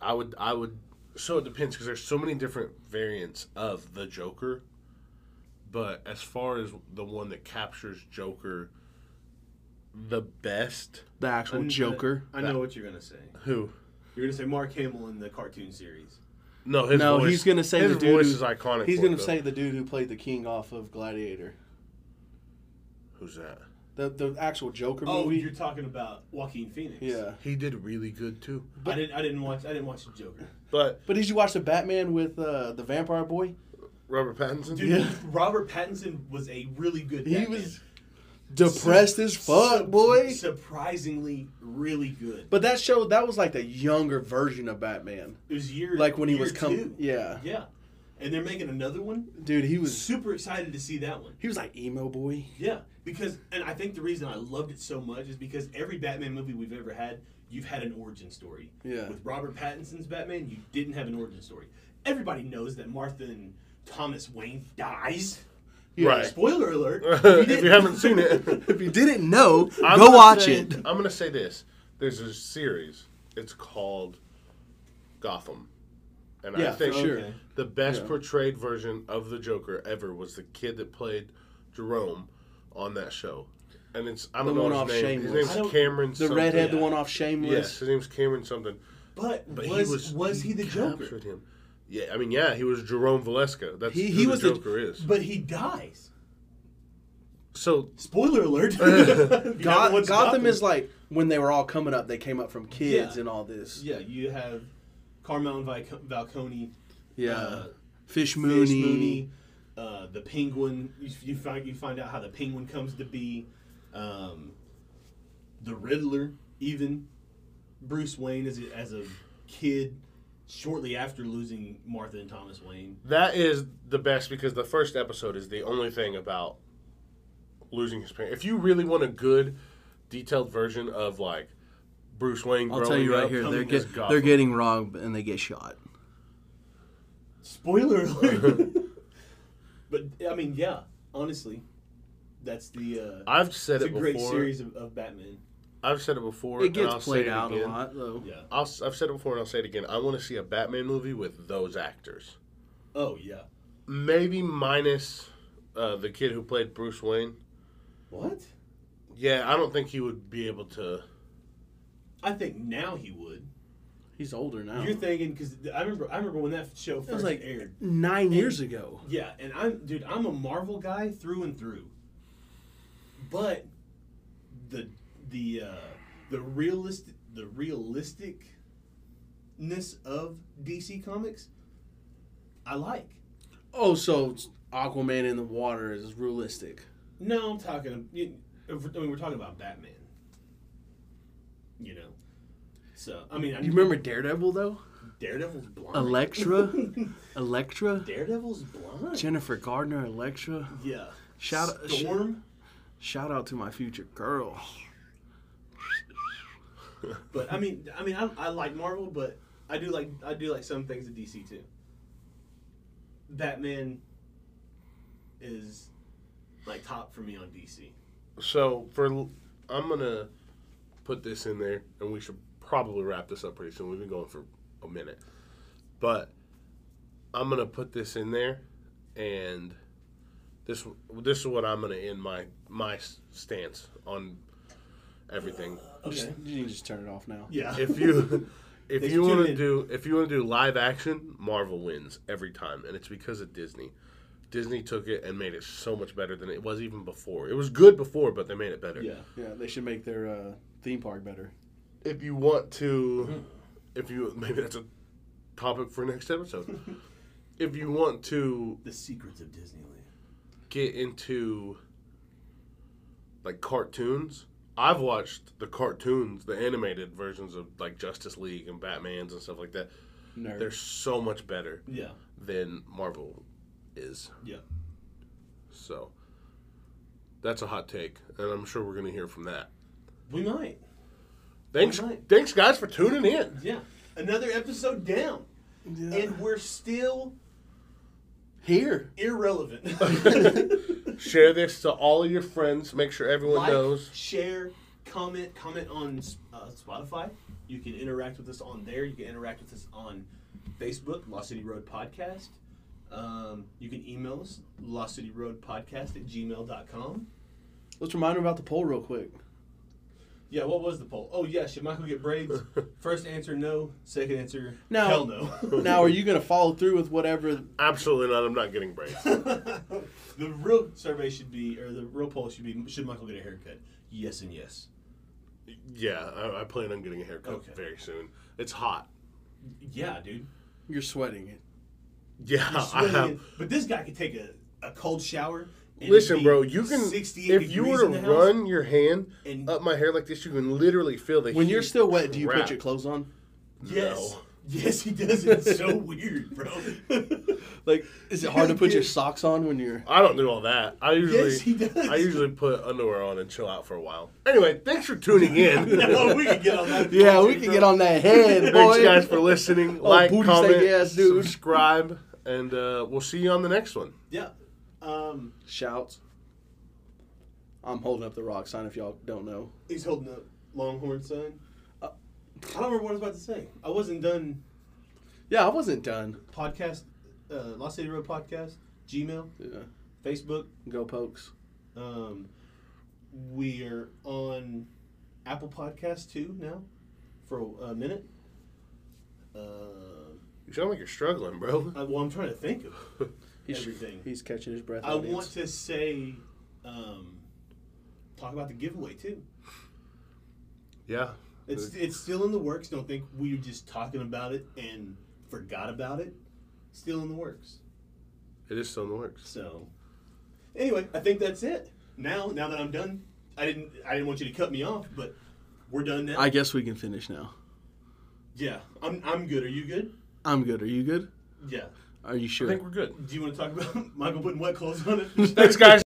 [SPEAKER 3] I would I would so it depends because there's so many different variants of the Joker But as far as the one that captures Joker the best,
[SPEAKER 4] The actual
[SPEAKER 1] I'm-
[SPEAKER 4] Joker.
[SPEAKER 1] I know what you're gonna say.
[SPEAKER 3] who?
[SPEAKER 1] You're gonna say Mark Hamill in the cartoon series.
[SPEAKER 3] No, his
[SPEAKER 4] No,
[SPEAKER 3] voice-
[SPEAKER 4] he's gonna say
[SPEAKER 3] his
[SPEAKER 4] the dude
[SPEAKER 3] voice
[SPEAKER 4] who-
[SPEAKER 3] is iconic.
[SPEAKER 2] He's
[SPEAKER 3] for
[SPEAKER 2] gonna
[SPEAKER 3] it, though.
[SPEAKER 2] say the dude who played the king off of Gladiator,
[SPEAKER 3] who's that?
[SPEAKER 2] the the actual Joker
[SPEAKER 1] Oh,
[SPEAKER 2] movie.
[SPEAKER 1] you're talking about Joaquin Phoenix.
[SPEAKER 2] yeah,
[SPEAKER 3] He did really good too.
[SPEAKER 1] I didn't. I didn't watch. I didn't watch the Joker.
[SPEAKER 3] But
[SPEAKER 2] but did you watch the Batman with uh, the Vampire Boy?
[SPEAKER 3] Robert Pattinson,
[SPEAKER 1] Dude,
[SPEAKER 2] Yeah.
[SPEAKER 1] Robert Pattinson was a really good.
[SPEAKER 2] He
[SPEAKER 1] Batman.
[SPEAKER 2] was depressed as fuck,
[SPEAKER 1] Sup-
[SPEAKER 2] boy.
[SPEAKER 1] Surprisingly, really good.
[SPEAKER 2] But that showed that was like the younger version of Batman,
[SPEAKER 1] It was year
[SPEAKER 2] like when he was
[SPEAKER 1] coming.
[SPEAKER 2] coming. Yeah,
[SPEAKER 1] Yeah, and they're making another one.
[SPEAKER 2] dude, he was
[SPEAKER 1] Super excited to see that one.
[SPEAKER 2] he was like emo boy.
[SPEAKER 1] Yeah, because and I think the reason I loved it so much is because every Batman movie we've ever had, you've had an origin story.
[SPEAKER 2] Yeah.
[SPEAKER 1] With Robert Pattinson's Batman, you didn't have an origin story. Everybody knows that Martha and Thomas Wayne dies.
[SPEAKER 3] *laughs* right?
[SPEAKER 1] Spoiler alert.
[SPEAKER 3] if
[SPEAKER 2] *laughs*
[SPEAKER 1] didn't.
[SPEAKER 3] you haven't seen it,
[SPEAKER 4] *laughs* If you didn't know,
[SPEAKER 3] I'm
[SPEAKER 4] go
[SPEAKER 3] gonna
[SPEAKER 4] watch
[SPEAKER 3] say-
[SPEAKER 4] it.
[SPEAKER 3] I'm gonna say this: there's a series. It's called Gotham, and I
[SPEAKER 2] Yeah,
[SPEAKER 3] think
[SPEAKER 2] for sure.
[SPEAKER 3] the best portrayed version of the Joker ever was the kid that played Jerome on that show. And it's I don't
[SPEAKER 2] The
[SPEAKER 3] know
[SPEAKER 2] one
[SPEAKER 3] his
[SPEAKER 2] off
[SPEAKER 3] name.
[SPEAKER 2] Shameless.
[SPEAKER 3] His
[SPEAKER 1] I don't-
[SPEAKER 3] name's Cameron.
[SPEAKER 2] The
[SPEAKER 3] something.
[SPEAKER 2] redhead, the
[SPEAKER 1] yeah.
[SPEAKER 2] one off
[SPEAKER 3] Yes,
[SPEAKER 2] Shameless.
[SPEAKER 3] his name's Cameron something.
[SPEAKER 1] But,
[SPEAKER 3] But
[SPEAKER 1] was,
[SPEAKER 3] he
[SPEAKER 1] was
[SPEAKER 3] was
[SPEAKER 1] he the Joker?
[SPEAKER 3] captured Him. Yeah, I mean, yeah, he was Jerome Valeska. That's
[SPEAKER 2] He-
[SPEAKER 3] who
[SPEAKER 2] he
[SPEAKER 3] the
[SPEAKER 2] was the-
[SPEAKER 3] Joker is.
[SPEAKER 1] But he dies.
[SPEAKER 3] So
[SPEAKER 1] Spoiler alert. If you *laughs* haven't
[SPEAKER 2] God,
[SPEAKER 1] watched
[SPEAKER 2] Gotham, is like when they were all coming up. They came up from kids
[SPEAKER 1] Yeah.
[SPEAKER 2] and all this.
[SPEAKER 1] Yeah, you have Carmel and Vic- Valcone.
[SPEAKER 2] Yeah,
[SPEAKER 1] Uh,
[SPEAKER 4] Fish Mooney.
[SPEAKER 1] Fish Mooney, uh, the Penguin. You, you find you find out how the Penguin comes to be, um, the Riddler, even Bruce Wayne as a, as a kid, shortly after losing Martha and Thomas Wayne.
[SPEAKER 3] That is the best because the first episode is the only thing about losing his parents. If you really want a good, detailed version of like Bruce Wayne,
[SPEAKER 4] I'll
[SPEAKER 3] growing
[SPEAKER 4] tell you right
[SPEAKER 3] up,
[SPEAKER 4] here, they're
[SPEAKER 1] coming
[SPEAKER 4] get,
[SPEAKER 3] as Gotham.
[SPEAKER 4] they're getting wrong and they get shot.
[SPEAKER 1] Spoiler alert. *laughs* but I mean, yeah, honestly, that's the. Uh,
[SPEAKER 3] I've said
[SPEAKER 1] it's a
[SPEAKER 3] it
[SPEAKER 1] great
[SPEAKER 3] before.
[SPEAKER 1] series of, of Batman.
[SPEAKER 3] I've said it before.
[SPEAKER 4] It
[SPEAKER 3] and
[SPEAKER 4] gets
[SPEAKER 3] I'll say
[SPEAKER 4] played
[SPEAKER 3] it
[SPEAKER 4] out a
[SPEAKER 3] again.
[SPEAKER 4] lot though.
[SPEAKER 1] Yeah.
[SPEAKER 3] I'll, s- I've said it before and I'll say it again. I want to see a Batman movie with those actors.
[SPEAKER 1] Oh yeah.
[SPEAKER 3] Maybe minus uh, the kid who played Bruce Wayne.
[SPEAKER 1] What?
[SPEAKER 3] Yeah, I don't think he would be able to.
[SPEAKER 1] I think now he would.
[SPEAKER 2] he's older now.
[SPEAKER 1] You're thinking because I remember I remember when that show first
[SPEAKER 2] it Oh. was like
[SPEAKER 1] aired.
[SPEAKER 2] nine years ago.
[SPEAKER 1] Yeah, and I'm dude, I'm a Marvel guy through and through. But the the uh, the realistic the realisticness of DC Comics, I like.
[SPEAKER 2] Oh, so Aquaman in the water is realistic.
[SPEAKER 1] No, I'm talking. You, if we're- I mean, we're talking about Batman. You know, so I mean, I
[SPEAKER 2] You remember Daredevil though?
[SPEAKER 1] Daredevil's blind.
[SPEAKER 4] Elektra,
[SPEAKER 1] *laughs*
[SPEAKER 4] Elektra,
[SPEAKER 1] Daredevil's blind.
[SPEAKER 4] Jennifer Gardner, Elektra.
[SPEAKER 1] yeah.
[SPEAKER 4] Shout sh-
[SPEAKER 1] Storm.
[SPEAKER 4] shout out to my future girl.
[SPEAKER 1] But I mean, I mean, I, I like Marvel, but I do like I do like some things at DC too. Batman is like top for me on DC.
[SPEAKER 3] So for I'm gonna put this in there, and we should probably wrap this up pretty soon. We've been going for a minute, but I'm gonna put this in there, and this this is what I'm gonna end my my s- stance on everything.
[SPEAKER 1] Okay.
[SPEAKER 2] You can just turn it off now.
[SPEAKER 1] Yeah.
[SPEAKER 3] If you if
[SPEAKER 1] Thanks
[SPEAKER 3] you
[SPEAKER 1] for
[SPEAKER 3] want
[SPEAKER 1] tuning
[SPEAKER 3] to
[SPEAKER 1] in.
[SPEAKER 3] do if you want to do live action, Marvel wins every time, and it's because of Disney. Disney took it and made it so much better than it was even before. It was good before, but they made it
[SPEAKER 1] *laughs*
[SPEAKER 3] better.
[SPEAKER 1] yeah.
[SPEAKER 2] Yeah, they should make their uh, theme park better.
[SPEAKER 3] if you want to, if you *laughs* maybe that's a topic for next episode. if you want to
[SPEAKER 1] The secrets of Disneyland.
[SPEAKER 3] get into like cartoons, I've watched the cartoons, the animated versions of like Justice League and Batman's and stuff like that.
[SPEAKER 2] Nerd.
[SPEAKER 3] They're so much better
[SPEAKER 1] Yeah.
[SPEAKER 3] than Marvel is.
[SPEAKER 1] Yeah.
[SPEAKER 3] So that's a hot take, and I'm sure we're gonna hear from that.
[SPEAKER 1] We might.
[SPEAKER 3] Thanks,
[SPEAKER 1] Alright.
[SPEAKER 3] thanks guys for tuning in.
[SPEAKER 1] Yeah. Another episode down, and we're still
[SPEAKER 2] Here.
[SPEAKER 1] irrelevant. *laughs*
[SPEAKER 3] Share this to all of your friends. Make sure everyone
[SPEAKER 1] like,
[SPEAKER 3] knows.
[SPEAKER 1] share, comment, comment on uh, Spotify. You can interact with us on there. You can interact with us on Facebook, Lost City Road Podcast. Um, you can email us, lostcityroadpodcast at gmail.com.
[SPEAKER 2] Let's remind her about the poll
[SPEAKER 3] *laughs*
[SPEAKER 2] real quick.
[SPEAKER 1] Yeah, what was the poll? Oh, yeah, should Michael get
[SPEAKER 3] *laughs*
[SPEAKER 1] braids? First answer, no. Second answer,
[SPEAKER 2] *laughs* No.
[SPEAKER 1] hell no.
[SPEAKER 2] Now, are you going to follow through with whatever?
[SPEAKER 3] Absolutely not. I'm not getting braids.
[SPEAKER 1] *laughs* the real survey should be, or the real poll should be, should Michael get a haircut? Yes and yes.
[SPEAKER 3] yeah, I, I plan on getting a haircut
[SPEAKER 1] Okay.
[SPEAKER 3] very soon. It's hot.
[SPEAKER 1] Yeah, dude.
[SPEAKER 2] You're sweating it.
[SPEAKER 3] Yeah,
[SPEAKER 1] You're
[SPEAKER 3] I
[SPEAKER 1] sweating
[SPEAKER 3] have.
[SPEAKER 1] in- but this guy could take a, a cold shower. and it'd
[SPEAKER 3] Listen,
[SPEAKER 1] be
[SPEAKER 3] bro, you can.
[SPEAKER 1] 68
[SPEAKER 3] If you were
[SPEAKER 1] degrees
[SPEAKER 3] to
[SPEAKER 1] in the house,
[SPEAKER 3] run your hand
[SPEAKER 1] and
[SPEAKER 3] up my hair like this, you can literally feel the
[SPEAKER 2] When
[SPEAKER 3] heat.
[SPEAKER 2] you're still wet, do you
[SPEAKER 3] crap.
[SPEAKER 2] put your clothes on?
[SPEAKER 1] yes, yes, he does. It's
[SPEAKER 3] *laughs*
[SPEAKER 1] so weird, bro.
[SPEAKER 2] *laughs* Like, is *laughs* it hard
[SPEAKER 1] *laughs*
[SPEAKER 2] to put your socks on when you're?
[SPEAKER 3] I don't do all that. I usually
[SPEAKER 1] yes, he does.
[SPEAKER 3] I usually put underwear on and chill out for a while. Anyway, thanks for tuning
[SPEAKER 1] *laughs*
[SPEAKER 3] in.
[SPEAKER 1] no, we could get on that.
[SPEAKER 2] *laughs* Yeah,
[SPEAKER 1] tangent,
[SPEAKER 2] we can
[SPEAKER 1] bro.
[SPEAKER 2] get on *laughs* that
[SPEAKER 3] *laughs*
[SPEAKER 2] head, boy.
[SPEAKER 3] Thanks guys for listening.
[SPEAKER 1] Oh,
[SPEAKER 3] like,
[SPEAKER 2] booty
[SPEAKER 3] comment,
[SPEAKER 2] stank ass dude.
[SPEAKER 3] subscribe, and uh, we'll see you on the next one.
[SPEAKER 1] Yeah. Um,
[SPEAKER 2] Shouts. I'm holding up the rock sign. If y'all don't know,
[SPEAKER 1] he's holding a Longhorn sign. Uh, I don't remember what I was about to say. I wasn't done.
[SPEAKER 2] yeah, I wasn't done.
[SPEAKER 1] Podcast, uh, Lost City Road podcast, Gmail,
[SPEAKER 2] Yeah.
[SPEAKER 1] Facebook.
[SPEAKER 2] Go pokes.
[SPEAKER 1] Um, we are on Apple Podcast too now for a minute. Um
[SPEAKER 3] You sound like you're struggling, bro.
[SPEAKER 1] I, well, I'm trying to think of everything.
[SPEAKER 2] He's catching his breath.
[SPEAKER 1] I
[SPEAKER 2] audience.
[SPEAKER 1] want to say, um, talk about the giveaway too.
[SPEAKER 3] Yeah.
[SPEAKER 1] It's it's still in the works. Don't think we were just talking about it and forgot about it. Still in the works.
[SPEAKER 3] It is still in the works.
[SPEAKER 1] So, anyway, I think that's it. Now, now that I'm done, I didn't I didn't want you to cut me off, but we're done now.
[SPEAKER 2] I guess we can finish now.
[SPEAKER 1] yeah, I'm I'm good. Are you good?
[SPEAKER 2] I'm good. Are you good?
[SPEAKER 1] Yeah.
[SPEAKER 2] Are you
[SPEAKER 3] I
[SPEAKER 2] sure?
[SPEAKER 3] think we're good.
[SPEAKER 1] *laughs* Do you want to talk about Michael putting wet clothes on it?
[SPEAKER 2] *laughs*
[SPEAKER 3] Thanks, guys.